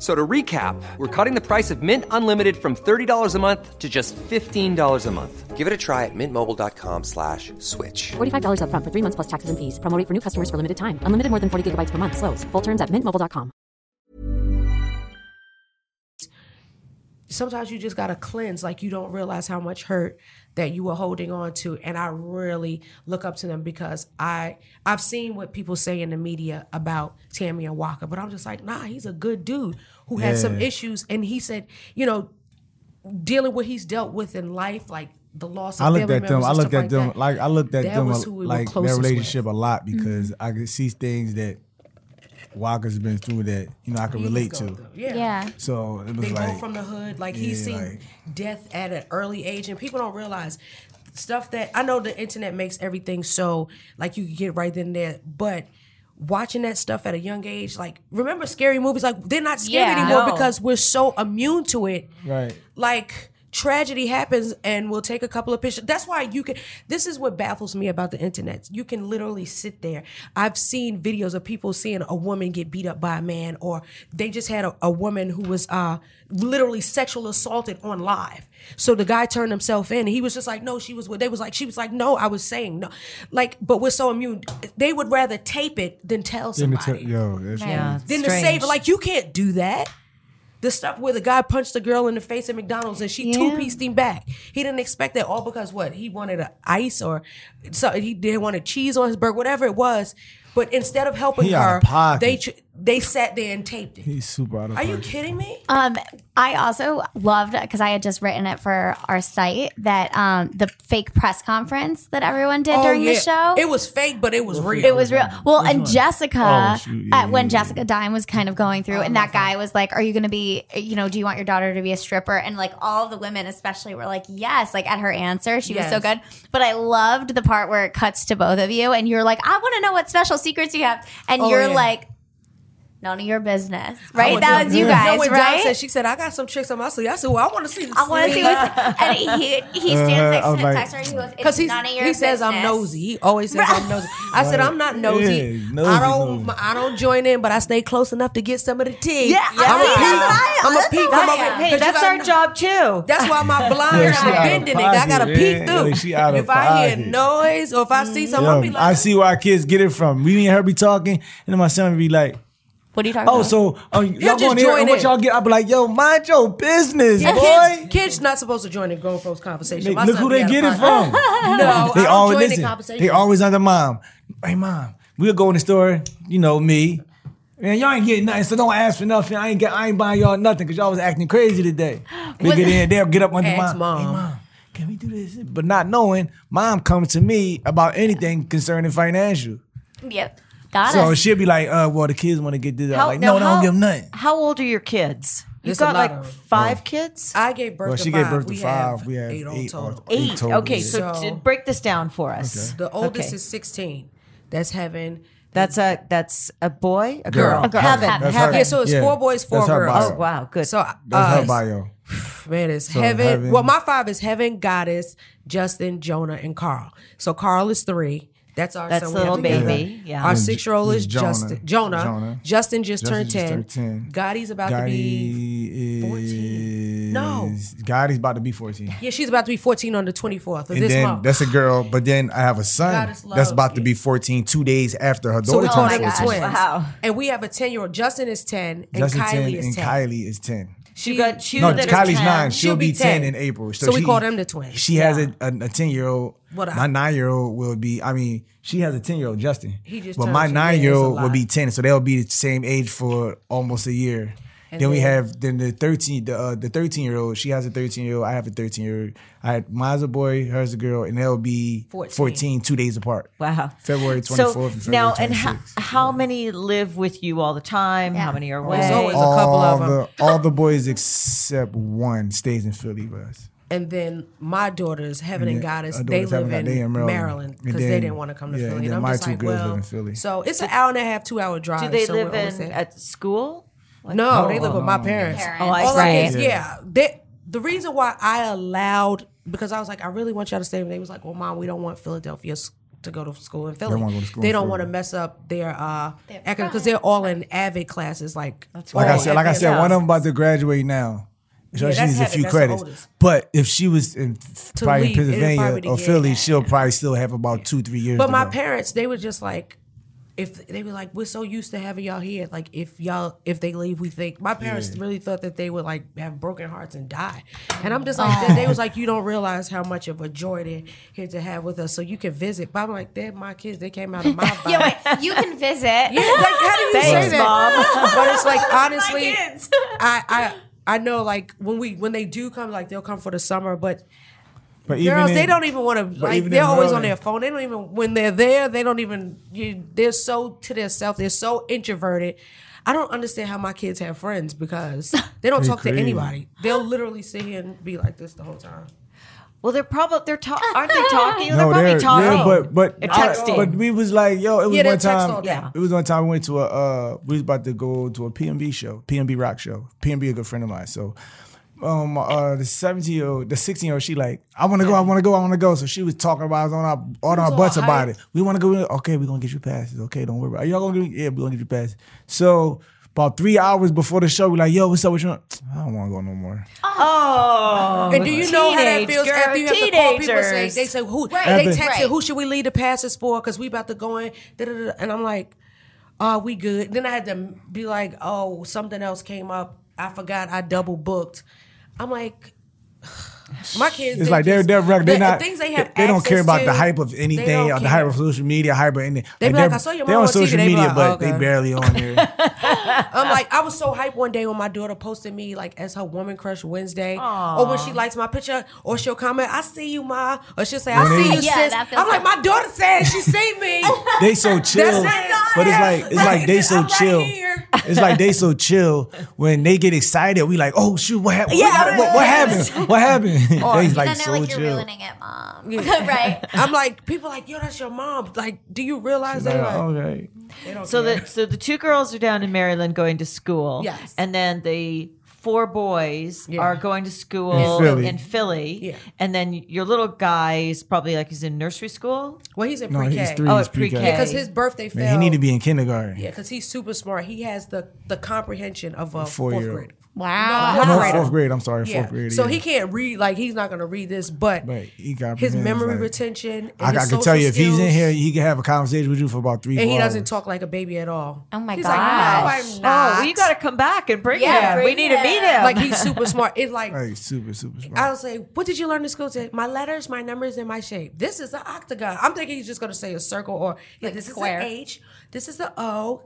E: So to recap, we're cutting the price of Mint Unlimited from $30 a month to just $15 a month. Give it a try at mintmobile.com slash switch.
F: $45 upfront for three months plus taxes and fees. Promoting for new customers for limited time. Unlimited more than 40 gigabytes per month. Slows. Full terms at mintmobile.com.
B: sometimes you just gotta cleanse. Like you don't realize how much hurt that you were holding on to. And I really look up to them because I I've seen what people say in the media about Tammy and Walker, but I'm just like, nah, he's a good dude who had some issues. And he said, you know, dealing with he's dealt with in life, like the loss of
C: I looked
B: family
C: at them.
B: members
C: I
B: and
C: looked
B: stuff
C: at them.
B: that.
C: Like I looked at
B: That
C: them.
B: was
C: a-
B: who we were Mm-hmm.
C: like their
B: closest with.
C: relationship a lot because I could see things that Walker's been through that you know I can relate to.
D: Yeah.
B: Yeah.
C: So it was
B: They
C: like
B: go from the hood. Like he's
C: Yeah,
B: seen
C: like-
B: death at an early age, and people don't realize stuff that I know the internet makes everything so like you can get right then and there, but. Watching that stuff at a young age, like remember scary movies, like they're not scary
D: Yeah.
B: anymore
A: No.
B: because we're so immune to it.
C: Right.
B: Like tragedy happens and we'll take a couple of pictures. That's why you can this is what baffles me about the internet. You can literally sit there. I've seen videos of people seeing a woman get beat up by a man or they just had a, a woman who was uh literally sexual assaulted on live. So the guy turned himself in and he was just like, no, she was with they was like, she was like, no, I was saying no. Like, but we're so immune. They would rather tape it than tell
C: Then
B: somebody.
C: the te- yo, that's
A: Yeah.
B: Then to
A: Strange.
B: save it. Like you can't do that. The stuff where the guy punched the girl in the face at McDonald's and she two pieced him back. He didn't expect that all because what he wanted a ice or so he didn't want a cheese on his burger, whatever it was. But instead of helping
C: He out
B: her,
C: of pocket.
B: they tr- they sat there and taped it.
C: he's super out of.
B: Are you
C: pocket.
B: kidding me?
D: Um, I also loved because I had just written it for our site that um, the fake press conference that everyone did during the show.
B: Oh, it was fake, but it was real.
D: It was real. Well, and Jessica,
C: Oh, shoot. Yeah,
D: uh,
C: yeah,
D: when
C: yeah.
D: Jessica Dime was kind of going through, and that guy was like, "Are you going to be? You know, do you want your daughter to be a stripper?" And like all the women, especially, were like, "Yes!" Like at her answer, she was so
B: Yes.
D: good. But I loved the part where it cuts to both of you, and you're like, "I want to know what special secrets you have," and
B: Oh,
D: you're
B: yeah.
D: like. None of your business,
B: I
D: right?
B: was
D: That
B: like,
D: was you
B: "No."
D: guys,
B: No, when Dom
D: right?
B: said, she said, "I got some tricks on my sleeve." I said, "Well, I want to see." The
D: I want to see what's. And he he
C: Uh,
D: stands
C: I was
D: next to
C: like-
D: next to her and he goes, "It's
B: Because he
D: none of your
B: says I'm
D: business."
B: nosy. He always says I'm nosy. I said I'm not nosy.
C: Yeah, nosy,
B: I don't.
C: nosy.
B: I don't join in, but I stay close enough to get some of the tea.
D: Yeah, I
B: I'm
D: see, that's what I-
B: I'm
D: that's
B: a peek.
D: what
B: I'm
D: I
B: over-
D: am.
A: Hey,
B: 'cause you
A: that's
B: gotta
A: our
B: know-
A: job too.
B: That's why my
C: Yeah,
B: blinds
C: she
B: are
C: out of
B: bending. It. I gotta
C: pocket.
B: peek
C: Yeah,
B: through.
C: yeah, she out of
B: if I hear
C: pocket.
B: noise or if I see something, I'll be
C: Yo,
B: like,
C: I see where our kids get it from. We didn't hear her be talking, and then my son would be like,
D: What are you talking
C: "Oh,
D: about?
C: so oh, y'all
B: just
C: going here?
B: join
C: And what
B: in.
C: y'all get?" I'd be like, "Yo, mind your business,
B: Yeah,
C: boy."
B: kids, kids not supposed to join in grown folks conversation.
C: Look-
B: My
C: look
B: son
C: who
B: be
C: they
B: out of
C: get it
B: pocket.
C: from.
B: No,
C: they
B: I don't
C: always
B: join in
C: listen.
B: conversation.
C: They always under mom. Hey mom, we'll go in the store. You know me. Man, y'all ain't getting nothing, so don't ask for nothing. I ain't get, I ain't buying y'all nothing because y'all was acting crazy today. They get in there, get up under
B: Ask
C: mom.
B: mom.
C: Hey mom, can we do this? But not knowing, mom comes to me about anything concerning financial.
D: Yep. Got
C: So
D: us.
C: she'll be like, uh, well, the kids want to get this. I'm like,
A: now
C: no,
A: how-
C: don't give them nothing.
A: How old are your kids? You
B: It's a
A: got
B: lot
A: like
B: of-
A: five kids?
B: I gave birth.
C: Well,
B: to
C: she
B: five.
C: gave birth to
B: we
C: five.
B: Have
C: we have
B: eight, all total.
A: Eight.
C: total.
A: Okay, so,
B: So-
A: t- break this down for us.
B: The oldest
A: Okay.
B: is 16. That's heaven.
A: That's a that's a boy, a girl,
B: A
D: girl.
A: heaven,
D: That's
C: her.
A: heaven.
B: Yeah, so it's
C: Yeah.
B: four boys, four
C: That's her
B: girls.
C: bio.
A: Oh wow, good.
B: So uh,
C: That's her bio.
B: man, it's heaven.
C: heaven.
B: Well, my five is heaven, goddess, Justin, Jonah, and Carl. So Carl is three. That's our
A: That's
B: son.
A: little
B: We have to
A: baby.
B: get-
A: Yeah.
B: Our
A: And
B: six year old is
C: Jonah.
B: Justin. Jonah.
C: Jonah.
B: Justin just
C: Justin
B: turned
C: just
B: 10.
C: turned 10.
B: Gotti's about to be.
C: Gotti
B: 14.
C: is-
B: No.
C: Gotti's about to be 14.
B: Yeah, she's about to be 14 on the 24th of
C: And
B: this
C: then
B: month.
C: that's a girl, but then I have a son
B: God is
C: that's
B: love.
C: about to be 14 two days after her
B: so
C: daughter
B: we call
C: turns
B: them the
C: 14.
B: twins.
A: Wow.
B: And we have a 10 year old. Justin is 10, and
C: Justin
B: Kylie
C: 10
B: is 10.
C: and Kylie is 10.
A: you got two
C: No,
A: that are
C: Kylie's
A: 10.
C: nine. She'll,
B: She'll
C: be
B: be
C: 10.
B: 10.
C: in April.
B: So we call them the twins.
C: She has a, a, a 10 year old.
B: What I-
C: my nine year old will be, I mean, she has a 10 year old Justin.
B: He just
C: but
B: turned
C: my
B: ten.
C: nine year old
B: Yeah, it's a
C: will be
B: lot.
C: 10. So they'll be the same age for almost a year. Then, we have then the 13 the uh, the 13 year old. She has a 13 year old. I have a 13 year old. I had mine's a boy, hers a girl, and they'll be 14,
B: 14.
C: two days apart.
A: Wow.
C: February 24th
A: So
C: and February
A: now, and how,
C: 26th.
A: how many live with you all the time? How many are away?
B: There's always a
C: all
B: couple of them.
C: the all the boys except one stays in Philly with us.
B: And then my daughters, Heaven and,
C: And then
B: Goddess,
C: our
B: they
C: daughters, Heaven
B: live
C: and Goddess,
B: in,
C: they in Maryland.
B: Maryland
C: And
B: because they
C: then-
B: didn't want to come to
C: yeah, and
B: Philly.
C: then
B: And I'm
C: my
B: just
C: two
B: like,
C: girls
B: well,
C: live in Philly.
B: so it's an hour and a half, two hour drive.
A: Do they
B: so
A: live
B: we're always
A: in
B: at-
A: at school? Like-
B: no, they live with my parents.
D: Parents.
A: Oh, I
B: All
A: see.
B: I can-
A: Right.
B: yeah. They, the reason why I allowed because I was like, I really want y'all to stay. And they was like, Well, mom, we don't want Philadelphia s- to go to school in Philly.
C: wanna go to school
B: They
C: in
B: don't
C: Philly.
B: want to mess up their uh because they're all in avid classes. Like
C: Like I
B: all
C: said, like I
B: AVID
C: said, one of
B: classes.
C: them about to graduate now. So
B: Oh, Yeah,
C: she
B: that's
C: needs a
B: heavy.
C: few
B: That's the
C: credits.
B: oldest.
C: But if she was in probably
B: leave,
C: in
B: it'd
C: Pennsylvania
B: probably be
C: or
B: good.
C: Philly, she'll probably still have about two, three years.
B: But
C: to
B: my
C: go.
B: parents, they were just like, if they were like, we're so used to having y'all here. Like, if y'all, if they leave, we think my parents really thought that they would like have broken hearts and die. And I'm just like, they, they was like, you don't realize how much of a joy they're here to have with us, so you can visit. But I'm like, they're my kids. They came out of my body.
D: yeah, wait, you can visit.
B: Yeah, like, how do you
A: Thanks,
B: say that? But it's like honestly, I, I I know like when we when they do come, like they'll come for the summer, but
C: But
B: Girls,
C: even
B: they
C: in-
B: don't even want to.
C: but
B: Like,
C: even
B: they're
C: in
B: always on
C: Maryland-
B: their phone. They don't even when they're there. They don't even. You, they're so to themselves. They're so introverted. I don't understand how my kids have friends because they don't talk to
C: crazy.
B: anybody. They'll literally sit here and be like this the whole time.
A: Well, they're probably they're ta- aren't they talking?
C: No,
A: they're probably
C: they're-
A: talking.
C: yeah, but but
A: They're
C: I-
A: texting.
C: but we was like, yo, it was
B: Yeah, they
C: one
B: text all
C: time.
B: day. Yeah.
C: It was one time we went to a uh, we was about to go to a PMB show, PMB rock show. PMB a good friend of mine, so. Um, uh, the seventeen year old, the sixteen year old, she like, I want to go, I want to go, I want to go. So she was talking about, I was on our on our
B: all
C: butts about it.
B: hyped.
C: We want to go. Okay, we're gonna get you passes. Okay, don't worry about. It. Y'all gonna get? Yeah, we're gonna get you passes. So about three hours before the show, we're like, Yo, what's up with you? I don't want to go no more.
A: oh,
C: Um,
B: and do you know how that
A: teenage
B: feels
A: girl-
B: after you have to call people? Say,
A: teenagers.
B: they say who?
D: Right.
B: They
C: Evan.
B: text
D: Right.
B: it. Who should we leave the passes for? Because we about to go in. Da, da, da, da." and I'm like, are we good? Then I had to be like, oh, something else came up. I forgot. I double booked. I'm like. My kids.
C: It's like they're they're rec- they're
B: the
C: not.
B: Things they have.
C: they don't care
B: access
C: about
B: to,
C: the hype of
B: they
C: anything
B: don't
C: or the
B: care.
C: hype of social media, hype or anything.
B: They be like,
C: they're-
B: "I saw your
C: they're
B: mom
C: on
B: on TV."
C: social
B: They be
C: media,
B: like,
C: but
B: "Oh,
C: they
B: okay."
C: barely on there.
B: I'm like, I was so hyped one day when my daughter posted me like as her woman crush Wednesday, or when she likes my picture, or she'll comment, "I see you, ma," or she'll say, "I
C: Really?
B: see you,
D: Yeah,
B: sis."
D: that feels
B: I'm like,
D: like- Oh
B: my daughter said she seen me.
C: they so chill,
B: it.
C: but it's like it's like they so
B: I'm right
C: chill.
B: here.
C: It's like they so chill when they get excited. We like, oh shoot, what happened?
B: Yeah,
C: what, what, what happened? What happened?
A: Oh,
C: they
D: and
C: like
D: then
C: so
D: they're like,
C: chill.
D: you're ruining it, mom. right.
B: I'm like, people like, yo, that's your mom. Like, do you realize
C: Like, "Oh."
B: that? Like,
C: okay.
A: So the so the two girls are down in Maryland going to school.
B: Yes.
A: And then the four boys
B: Yeah.
A: are going to school
C: In Philly.
A: in Philly.
B: Yeah.
A: And then your little guy is probably like he's in nursery school.
B: Well, he's in
C: No,
B: pre-K.
C: he's three.
A: Oh,
C: he's
A: at pre-K.
C: pre-K.
A: Yeah,
B: Because his birthday fell.
C: Man, he need to be in kindergarten.
B: Yeah, because he's super smart. He has the the comprehension of a
C: Four
B: fourth
C: year
B: grade.
D: Wow.
C: No,
B: Right.
C: fourth grade. I'm sorry,
B: Yeah.
C: fourth grade.
B: so
C: yeah.
B: he can't read. Like, he's not going to read this, but
C: But he got
B: his
C: man,
B: memory
C: like-
B: retention. And
C: I,
B: his
C: I can
B: social
C: tell you, if he's in
B: skills-
C: here, he can have a conversation with you for about three.
B: and
C: four
B: he doesn't
C: hours.
B: talk like a baby at all.
D: Oh my
B: he's
D: gosh.
B: Like, no, I'm not.
A: Oh, well, you got to come back and bring
D: Yeah,
A: him. we
D: bring
A: need to
D: him.
A: meet him.
B: like he's super smart. It's like
C: Like super, super smart.
B: I'll say, what did you learn in school today? My letters, my numbers, and my shape. This is an octagon. I'm thinking he's just gonna say a circle or yeah,
D: Like
B: this
D: square.
B: is an H. This is the O.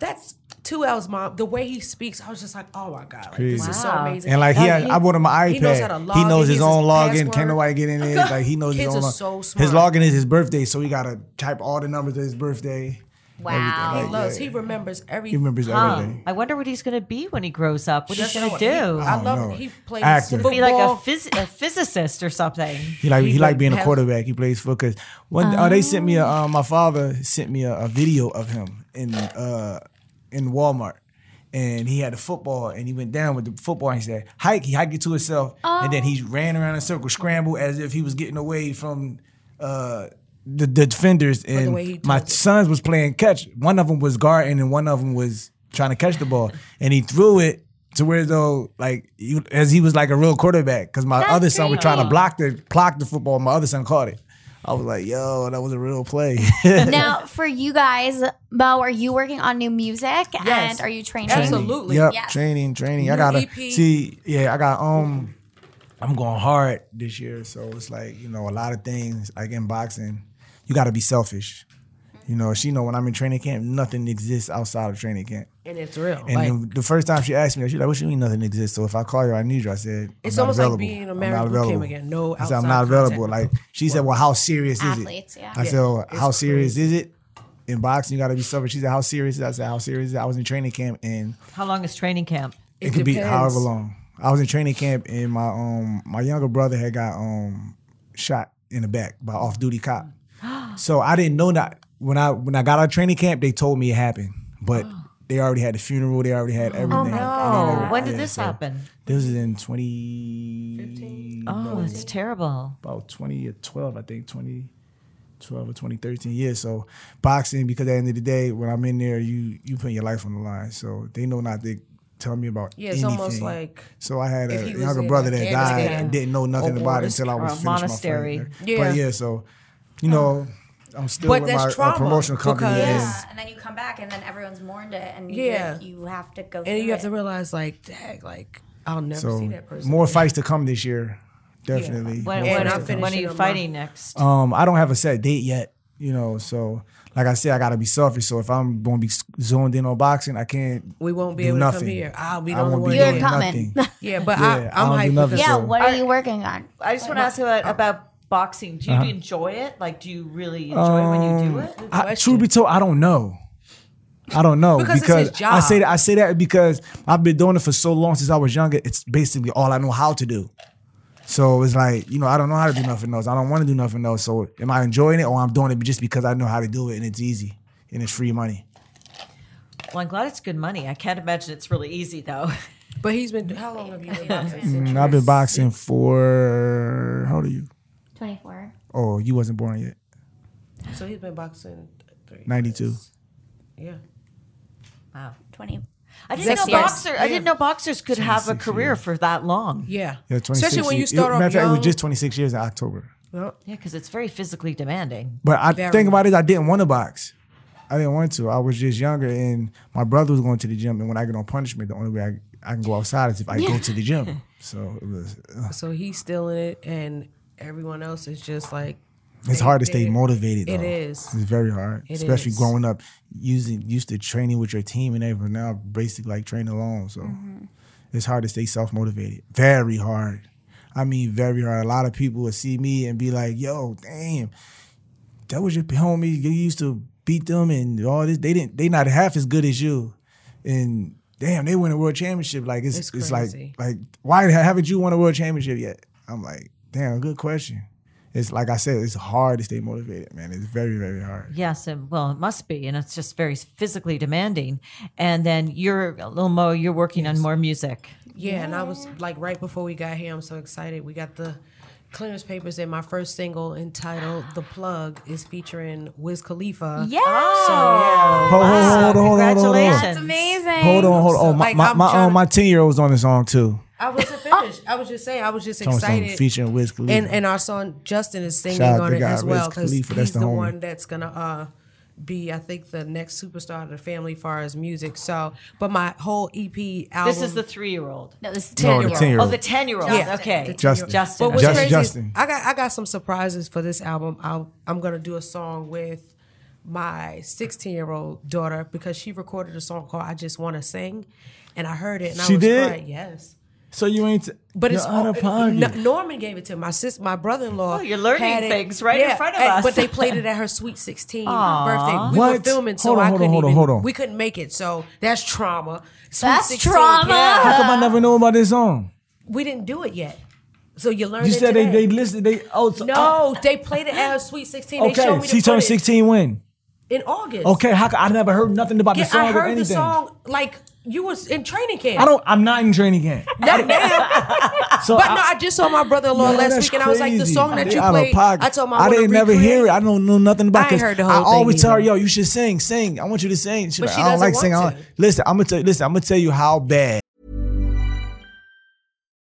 B: That's two L's, mom. The way he speaks, I was just like, oh my god, like, this is so
A: Wow.
B: amazing.
C: And like he, had, I bought him my iPad.
B: he knows how to log
C: He knows his
B: in, he has
C: own
B: his
C: login. Can't
B: password.
C: nobody get in it. Like he knows
B: Kids
C: his own.
B: are
C: log-
B: so
C: His
B: smart.
C: login is his birthday, so he gotta type all the numbers of his birthday.
D: Wow.
B: Ah, he
C: Everything. Like,
B: loves.
C: yeah,
B: He remembers every.
C: He remembers
A: Huh.
C: everything.
A: I wonder what he's going to be when he grows up. What he's
B: That's
A: going to
B: what
A: do.
B: he- I
C: don't
B: love.
C: know.
B: He plays
C: Oh, Actor.
B: football.
A: be like a, phys- a physicist or something.
C: He like he,
B: He
C: like
B: like
C: being a
B: has-
C: quarterback. He plays football. One, oh. they sent me a,
B: Ah.
C: uh, my father sent me a, a video of him in uh, in Walmart, and he had a football, and he went down with the football. and He said, "Hike." He hiked it to himself, and
B: Oh.
C: then he ran around in a circle, scrambled as if he was getting away from. Uh, the, the defenders and
B: way he
C: my
B: does it.
C: sons was playing catch. One of them was guarding and one of them was trying to catch the ball, and he threw it to where though like he, as he was like a real quarterback because my other son was trying to block the block the football. My other son caught it. I was like, "Yo, that was a real play."
D: now, for you guys, Mo, are you working on new music? And are you training?
B: Absolutely.
C: Yep,
D: Yes.
C: training, training. I
B: New E
C: gotta
B: EP.
C: see. Yeah, I got um, I'm going hard this year, so it's like you know a lot of things like in boxing, you got to be selfish. You know, she know when I'm in training camp, nothing exists outside of training camp.
B: and it's real.
C: And
B: like,
C: then the first time she asked me, she like, "What you mean nothing exists?" So if I call you, I need you. I said, I'm
B: It's
C: not
B: almost like
C: available.
B: being a
C: I'm
B: married
C: not
B: boot camp
C: available."
B: again. No
C: I said, "I'm
B: outside
C: not available." Like
B: contact.
C: she said, "Well, how serious is
D: Athletes,
C: it?"
D: yeah.
C: I said, well,
B: it's
C: "How serious
B: crazy.
C: is it?" In boxing, you got to be selfish. She said, "How serious is it?" I said, "How serious is it?" I was in training camp and
A: How long is training camp?
C: it, could be
B: depends.
C: however long. I was in training camp and my um my younger brother had got um shot in the back by off duty cop. so I didn't know that when I when I got out of training camp they told me it happened, but
B: Oh.
C: they already had the funeral. They already had everything. Oh
A: Oh, when did this happen?
C: This is in twenty
A: Oh, it's terrible.
C: about twenty or twelve, I think twenty. 12 or 2013 yeah so boxing because at the end of the day when i'm in there you you put your life on the line so they know not to tell me about
B: yeah, it's almost
C: anything.
B: like
C: So I had
B: If
C: a
B: he was
C: younger
B: in
C: brother that died
B: Afghanistan
C: and didn't know nothing
B: or
C: about it
B: was-
C: until I was
A: or a
C: finished
A: monastery.
C: my first
B: Yeah. Oh.
C: But yeah, so you know, I'm still
B: But
C: with
B: that's
C: my uh,
B: trauma
C: promotional company.
B: because-
C: and-
D: Yeah. And then you come back, and then everyone's mourned it, and
B: Yeah.
D: you, you have to go.
B: and
D: through
B: you have to
D: it.
B: realize like, dang, like I'll never see
C: so
B: that person.
C: more fights to come this year, definitely.
A: When,
C: More
A: when,
C: fights
B: I
C: to
A: when
B: finished
A: are
B: it
A: you
B: on
A: fighting next?
C: come. Um, I don't have a set date yet. You know, so like I said, I gotta be selfish. So if I'm gonna be zoned in on boxing, I can't.
B: We won't be
C: do
B: able to come
C: nothing.
B: here. I'll be the
C: I
B: only
C: won't
B: one
D: You're
C: doing
D: coming.
C: nothing.
B: Yeah, but
C: Yeah,
B: I, I'm
C: I don't do
B: hyped
C: nothing,
B: because
D: Yeah,
C: So-
D: what are you working on?
A: I just want to ask you about, about boxing. Do you enjoy it? Like, do you really enjoy it when you do it?
C: I, truth be told, I don't know. I don't know
B: Because
C: because,
B: it's his
C: I
B: job.
C: say that I say that because I've been doing it for so long since I was younger. It's basically all I know how to do. So it's like you know I don't know how to do nothing else. I don't want to do nothing else. So am I enjoying it or I'm doing it just because I know how to do it and it's easy and it's free money?
A: Well, I'm glad it's good money. I can't imagine it's really easy though.
B: But he's been. How long have you been boxing?
C: And I've been boxing for how old are you?
D: 24.
C: Oh, you wasn't born yet.
B: so he's been boxing three.
C: 92.
B: Yeah.
A: Wow.
D: 20.
A: I didn't
D: Six
A: know
D: years.
A: boxer. I didn't know boxers could have a career for that long.
B: Yeah.
C: Yeah, 26
B: Especially when you
C: years.
B: start
C: Matter
B: off
C: of fact,
B: young.
C: it was just 26 years in October.
B: Well,
A: Yeah, because it's very physically demanding.
C: But I
B: Very.
C: think about it, I didn't want to box. I didn't want to. I was just younger, and my brother was going to the gym. And when I get on punishment, the only way I, I can go outside is if I go to the gym. So it was. uh, ugh.
B: So he's still in it, and everyone else is just like.
C: It's hard to stay motivated. Though.
B: It is.
C: It's very hard, especially
B: is.
C: growing up, using used to training with your team and everything. Now basically like training alone, so
B: Mm-hmm.
C: it's hard to stay self motivated. Very hard. I mean, very hard. A lot of people would see me and be like, "Yo, damn, that was your homie. You used to beat them and all this. They didn't. They not half as good as you, and." Damn, they win a world championship. Like it's,
B: It's
C: it's,
B: crazy.
C: like like why haven't you won a world championship yet? I'm like, damn, good question. It's like I said, it's hard to stay motivated, man. It's very, very hard.
A: Yes, and well, it must be, and it's just very physically demanding. And then you're little Mo. You're working on more music.
B: Yeah, and I was like right before we got here, I'm so excited. We got the clearance papers and my first single entitled The Plug is featuring Wiz Khalifa.
D: Yeah.
B: So
C: Hold, on, hold, on, hold, on, hold, on,
A: Congratulations.
D: That's amazing.
C: hold on, hold on, hold on. Oh,
B: So,
C: my
B: like,
C: my
B: I'm
C: my,
B: trying
C: um,
B: to-
C: my ten year old's on the song too.
B: I wasn't
A: Oh.
B: finished. I was just saying, I was just
C: Song- song
B: excited.
C: featuring Wiz Khalifa.
B: And and our son Justin is singing
C: Shout out
B: on
C: to
B: it
C: God,
B: as well
C: Wiz
B: because he's
C: Khalifa,
B: the,
C: that's the homie.
B: one that's gonna uh, be I think the next superstar of the family far as music. So, but my whole E EP album.
A: This is the three-year-old.
D: No, this is
C: No, the
D: 10-year-old.
C: 10-year-old.
A: Oh, the ten-year-old.
B: Yeah.
A: Okay,
C: Justin.
A: Justin.
B: But what's
C: Just-
B: crazy
C: Justin.
B: Is I got I got some surprises for this album. I'll, I'm gonna do a song with my 16 year old daughter because she recorded a song called "I Just Want to Sing," and I heard it and
C: She
B: I was
C: did?
B: crying. Yes,
C: So you ain't.
B: but it's
C: out of pocket.
B: N- Norman gave it to me. my sis, my brother in law.
A: Oh, you're learning things right in front of us.
B: But they played it at her sweet 16 birthday. We were
C: What?
B: filming, so
C: Hold on,
B: I
C: hold on,
B: couldn't
C: hold on,
B: even.
C: hold on.
B: We couldn't make it, so that's trauma. Sweet
D: That's
B: 16,
D: trauma.
C: How
B: yeah.
C: come I never know about this song?
B: We didn't do it yet, so you learned.
C: You
B: it
C: said they,
B: today.
C: they listed they oh so-
B: No, they played it at her Sweet 16. They showed
C: okay,
B: me the
C: she turned
B: footage
C: sixteen when
B: in August.
C: okay. How come I never heard nothing about
B: Yeah,
C: the song
B: I
C: or
B: heard
C: anything?
B: the song like you was in training camp.
C: I don't. I'm not in training camp.
B: Not now.
C: So
B: But no, I just saw my brother-in-law
C: Yeah,
B: last
C: that's
B: week, and I was like, the
C: crazy.
B: song that
C: They
B: you
C: out of
B: played,
C: pocket.
B: I told my
C: I
B: wanna
C: didn't never
B: recreate
C: hear it. I don't know nothing
B: I
C: about
B: ain't
C: this.
B: heard the whole
C: I always
B: thing
C: tell her,
B: either.
C: yo, you should sing, sing. I want you to sing. She's
B: But
C: like,
B: she
C: I don't
B: doesn't
C: like singing. I
B: want
C: don't-
B: to.
C: Listen, I'm gonna tell you. Listen, I'm gonna tell you how bad.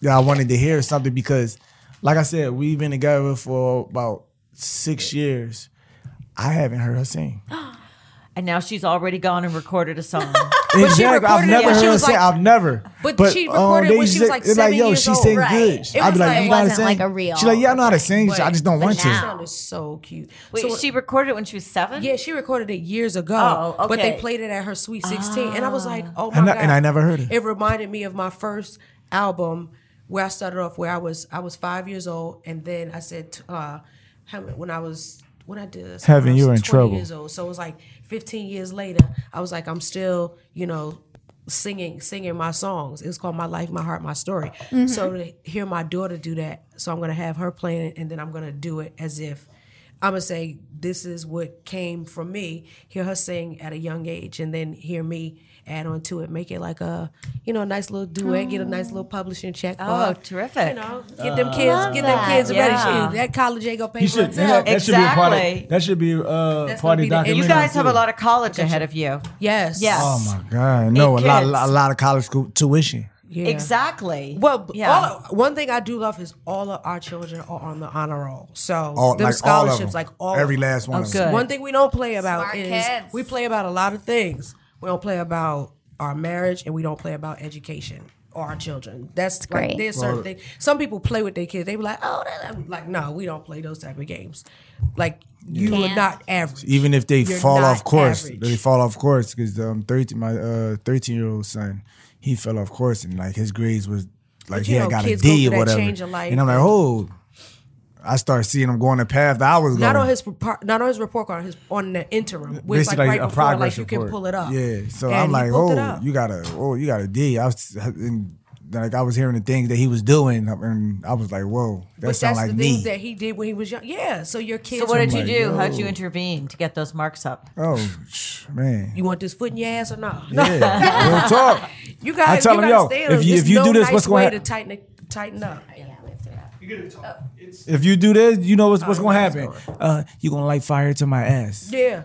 C: Yeah, I wanted to hear something because, like I said, we've been together for about six years. I haven't heard her sing.
A: and now she's already gone and recorded a song.
C: exactly. I've
B: recorded it
C: never
B: when
C: heard
B: she
C: her
B: was
C: sing.
B: like-
C: I've never. um,
B: But she recorded
C: they
B: when she was
C: say-
B: like
C: they're
B: seven
C: yo,
B: years
C: she
B: old.
C: sing
B: Right.
C: good. I'd
D: It was
C: be like, you
D: like- it
C: know how to
D: wasn't
C: sing?
D: like a real
C: She's like, yeah, I know how to sing. I just don't want
B: She
C: to.
B: sounded so cute.
A: Wait,
B: so
A: she recorded when she was seven.
B: yeah, she recorded it years ago,
A: Oh,
B: but they
A: okay. Ah.
B: played it at her Sweet 16, and I was like, oh my
C: And I-
B: god!
C: and I never heard it.
B: It reminded me of my first album where I started off where I was I was five years old, and then I said uh, how- when I was when I did this,
C: Heaven,
B: I was
C: you're in
B: 20
C: trouble.
B: Years old, so it was like 15 years later. I was like, I'm still you know singing singing my songs. It was called My Life, My Heart, My Story.
A: Mm-hmm.
B: So to hear my daughter do that, so I'm gonna have her playing it, and then I'm gonna do it as if I'm gonna say this is what came from me. Hear her sing at a young age, and then hear me add on to it, make it like a you know a nice little duet, get a nice little publishing check. for
A: Oh,
B: her.
A: terrific.
B: Uh, You know, get them kids, get them
D: that.
B: kids
A: Yeah.
B: ready. Shit, That college ain't gonna pay
C: You
B: for
C: should.
B: itself.
C: That, that should be a part
A: Exactly.
C: of. That should be uh,
B: That's
C: part
B: gonna
C: of
B: be the- and
C: documentary.
B: you
A: You guys have a
C: too.
A: lot of college ahead of you.
B: Yes.
A: Yes.
C: Oh my god! No, a
A: Eight
C: lot, a
A: kids.
C: lot, a lot of college school tuition.
B: Yeah.
A: Exactly.
B: Well, b-
A: Yeah.
B: all of- one thing I do love is all of our children are on the honor roll. So
C: All,
B: them
C: like
B: scholarships,
C: all of them.
B: like all
C: every last one.
A: Oh,
C: of
A: good.
C: them.
B: One thing we don't play about
D: Smart
B: is
D: kids.
B: we play about a lot of things. We don't play about our marriage, and we don't play about education or our children. That's great.
D: Great.
B: there's certain things. Some people play with their kids. They be like, "Oh, that, that-" like no, we don't play those type of games. Like you
D: Can't.
B: are not average.
C: Even if they
B: You're
C: fall
B: not
C: off course,
B: average.
C: they fall off course because um, thirteen, my uh, thirteen-year-old son, he fell off course and like his grades was like
B: But
C: he
B: you
C: had
B: know,
C: got a
B: kids go
C: D or
B: through that
C: whatever.
B: change of life.
C: And I'm like, oh, I start seeing him going the path that I was going.
B: not on his report- not on his report card, his on the interim, which
C: This
B: like,
C: is
B: right
C: a
B: before, like
C: progress
B: you can
C: report.
B: pull it up.
C: Yeah. So
B: And
C: I'm
B: he
C: like,
B: pulled it
C: oh,
B: up.
C: you got a, oh, you got a D. I was, and, like I was hearing the things that he was doing, and I was like, whoa, that
B: but
C: sounds
B: that's
C: like
B: the
C: me.
B: things that he did when he was young. Yeah. So your kids.
A: so what did
C: I'm
A: you
C: like,
A: do? How'd you
C: yo.
A: intervene to get those marks up?
C: oh sh- man.
B: you want this foot in your ass or not?
C: Yeah, real talk.
B: You guys,
C: I tell
B: you
C: them,
B: gotta
C: yo,
B: stay
C: if you-
B: on There's
C: if you
B: no
C: do this,
B: nice
C: what's gonna
B: way
C: hap-
B: to tighten it, tighten up?
C: If you do this, you know what's what's gonna happen. Uh, you gonna light fire to my ass.
B: Yeah,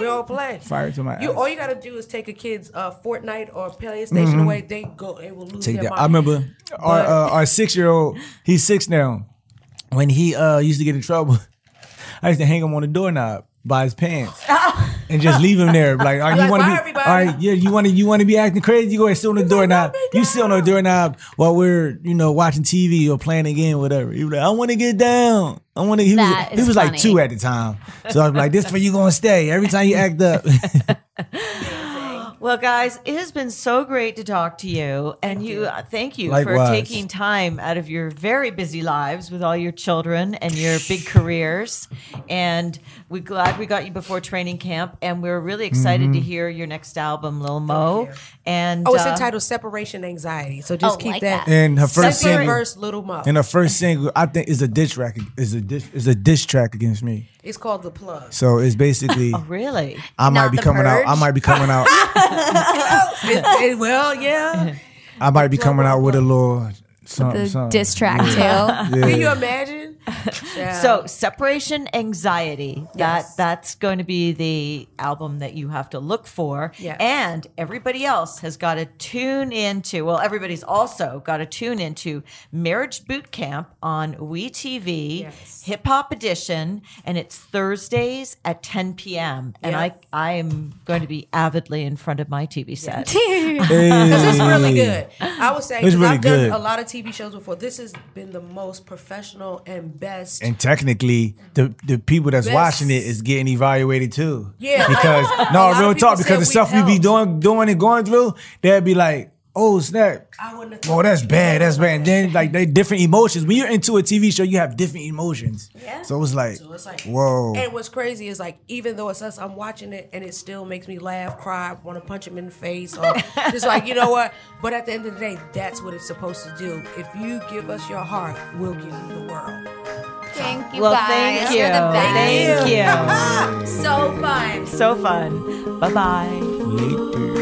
B: we all play.
C: Fire to my
B: You
C: ass.
B: all you gotta do is take a kid's uh, Fortnite or PlayStation away. They go, it will lose
C: Mm-hmm. Take that.
B: their mind.
C: I remember our uh, our six year old. He's six now. When he uh, used to get in trouble, I used to hang him on the doorknob by his pants and just leave him there. Like, all right,
B: Oh. Like,
C: you want to
B: bye,
C: be,
B: everybody. "Oh
C: all right, yeah, you want to, you want to be acting crazy. You go and sit on the doorknob. You sit on the doorknob while we're, you know, watching TV or playing a game, whatever. He was like, I want to get down. I want to. He
D: That
C: was, he
D: is
C: was like
D: funny.
C: two at the time, so I'm like, this where you gonna stay every time you act up.
A: Well, guys, it has been so great to talk to you, and you, uh, thank you for
C: Likewise.
A: taking time out of your very busy lives with all your children and your big careers. And we're glad we got you before training camp, and we're really excited to hear your next album, Lil Mo. And
B: Oh, it's
A: uh,
B: entitled "Separation Anxiety." So just
D: Oh,
B: keep
D: like
B: that.
D: that.
C: and her first
B: Second
C: single,
B: verse, Little Mo.
C: and her first single, I think is a diss track. Is a diss, is a diss track against me.
B: It's called "The Plug."
C: So it's basically.
A: Really?
C: I might
D: Not
C: be
D: The
C: coming out. I
D: Purge?
C: might be coming out.
B: It- it- well, yeah.
C: I might be coming out with a little something.
D: The
C: something.
D: diss track too.
B: Can you imagine? Yeah.
D: Um,
A: So, separation anxiety. That that's going to be the album that you have to look for.
B: Yes.
A: And everybody else has got to tune into. Well, everybody's also got to tune into Marriage Boot Camp on WeTV, Hip Hop Edition, and it's Thursdays at 10 p.m. And I I am going to be avidly in front of my TV set.
B: Because it's really good. I would say
C: It's
B: 'cause
C: really
B: I've done
C: good.
B: a lot of TV shows before. This has been the most professional and best.
C: And technically, the the people that's
B: Best-
C: watching it is getting evaluated too.
B: Yeah, like,
C: Because
B: a lot
C: no,
B: of
C: real
B: people
C: talk. Because
B: said
C: the
B: we
C: stuff we be
B: helped.
C: doing, doing and going through, they'd be like, "Oh snap!
B: I wouldn't have
C: Well,
B: thought
C: that's
B: you
C: bad.
B: could
C: That's
B: do
C: bad."
B: that.
C: Then like they different emotions. When you're into a TV show, you have different emotions.
B: Yeah.
C: So it was like,
B: So it's like,
C: whoa.
B: And what's crazy is like, even though it's us, I'm watching it and it still makes me laugh, cry, want to punch him in the face, or just like, you know what? But at the end of the day, that's what it's supposed to do. If you give us your heart, we'll give you the world.
D: Thank you
A: well,
D: guys.
A: thank you.
D: You're the best.
A: Thank you.
D: so fun.
A: so fun. Bye bye.
C: Later.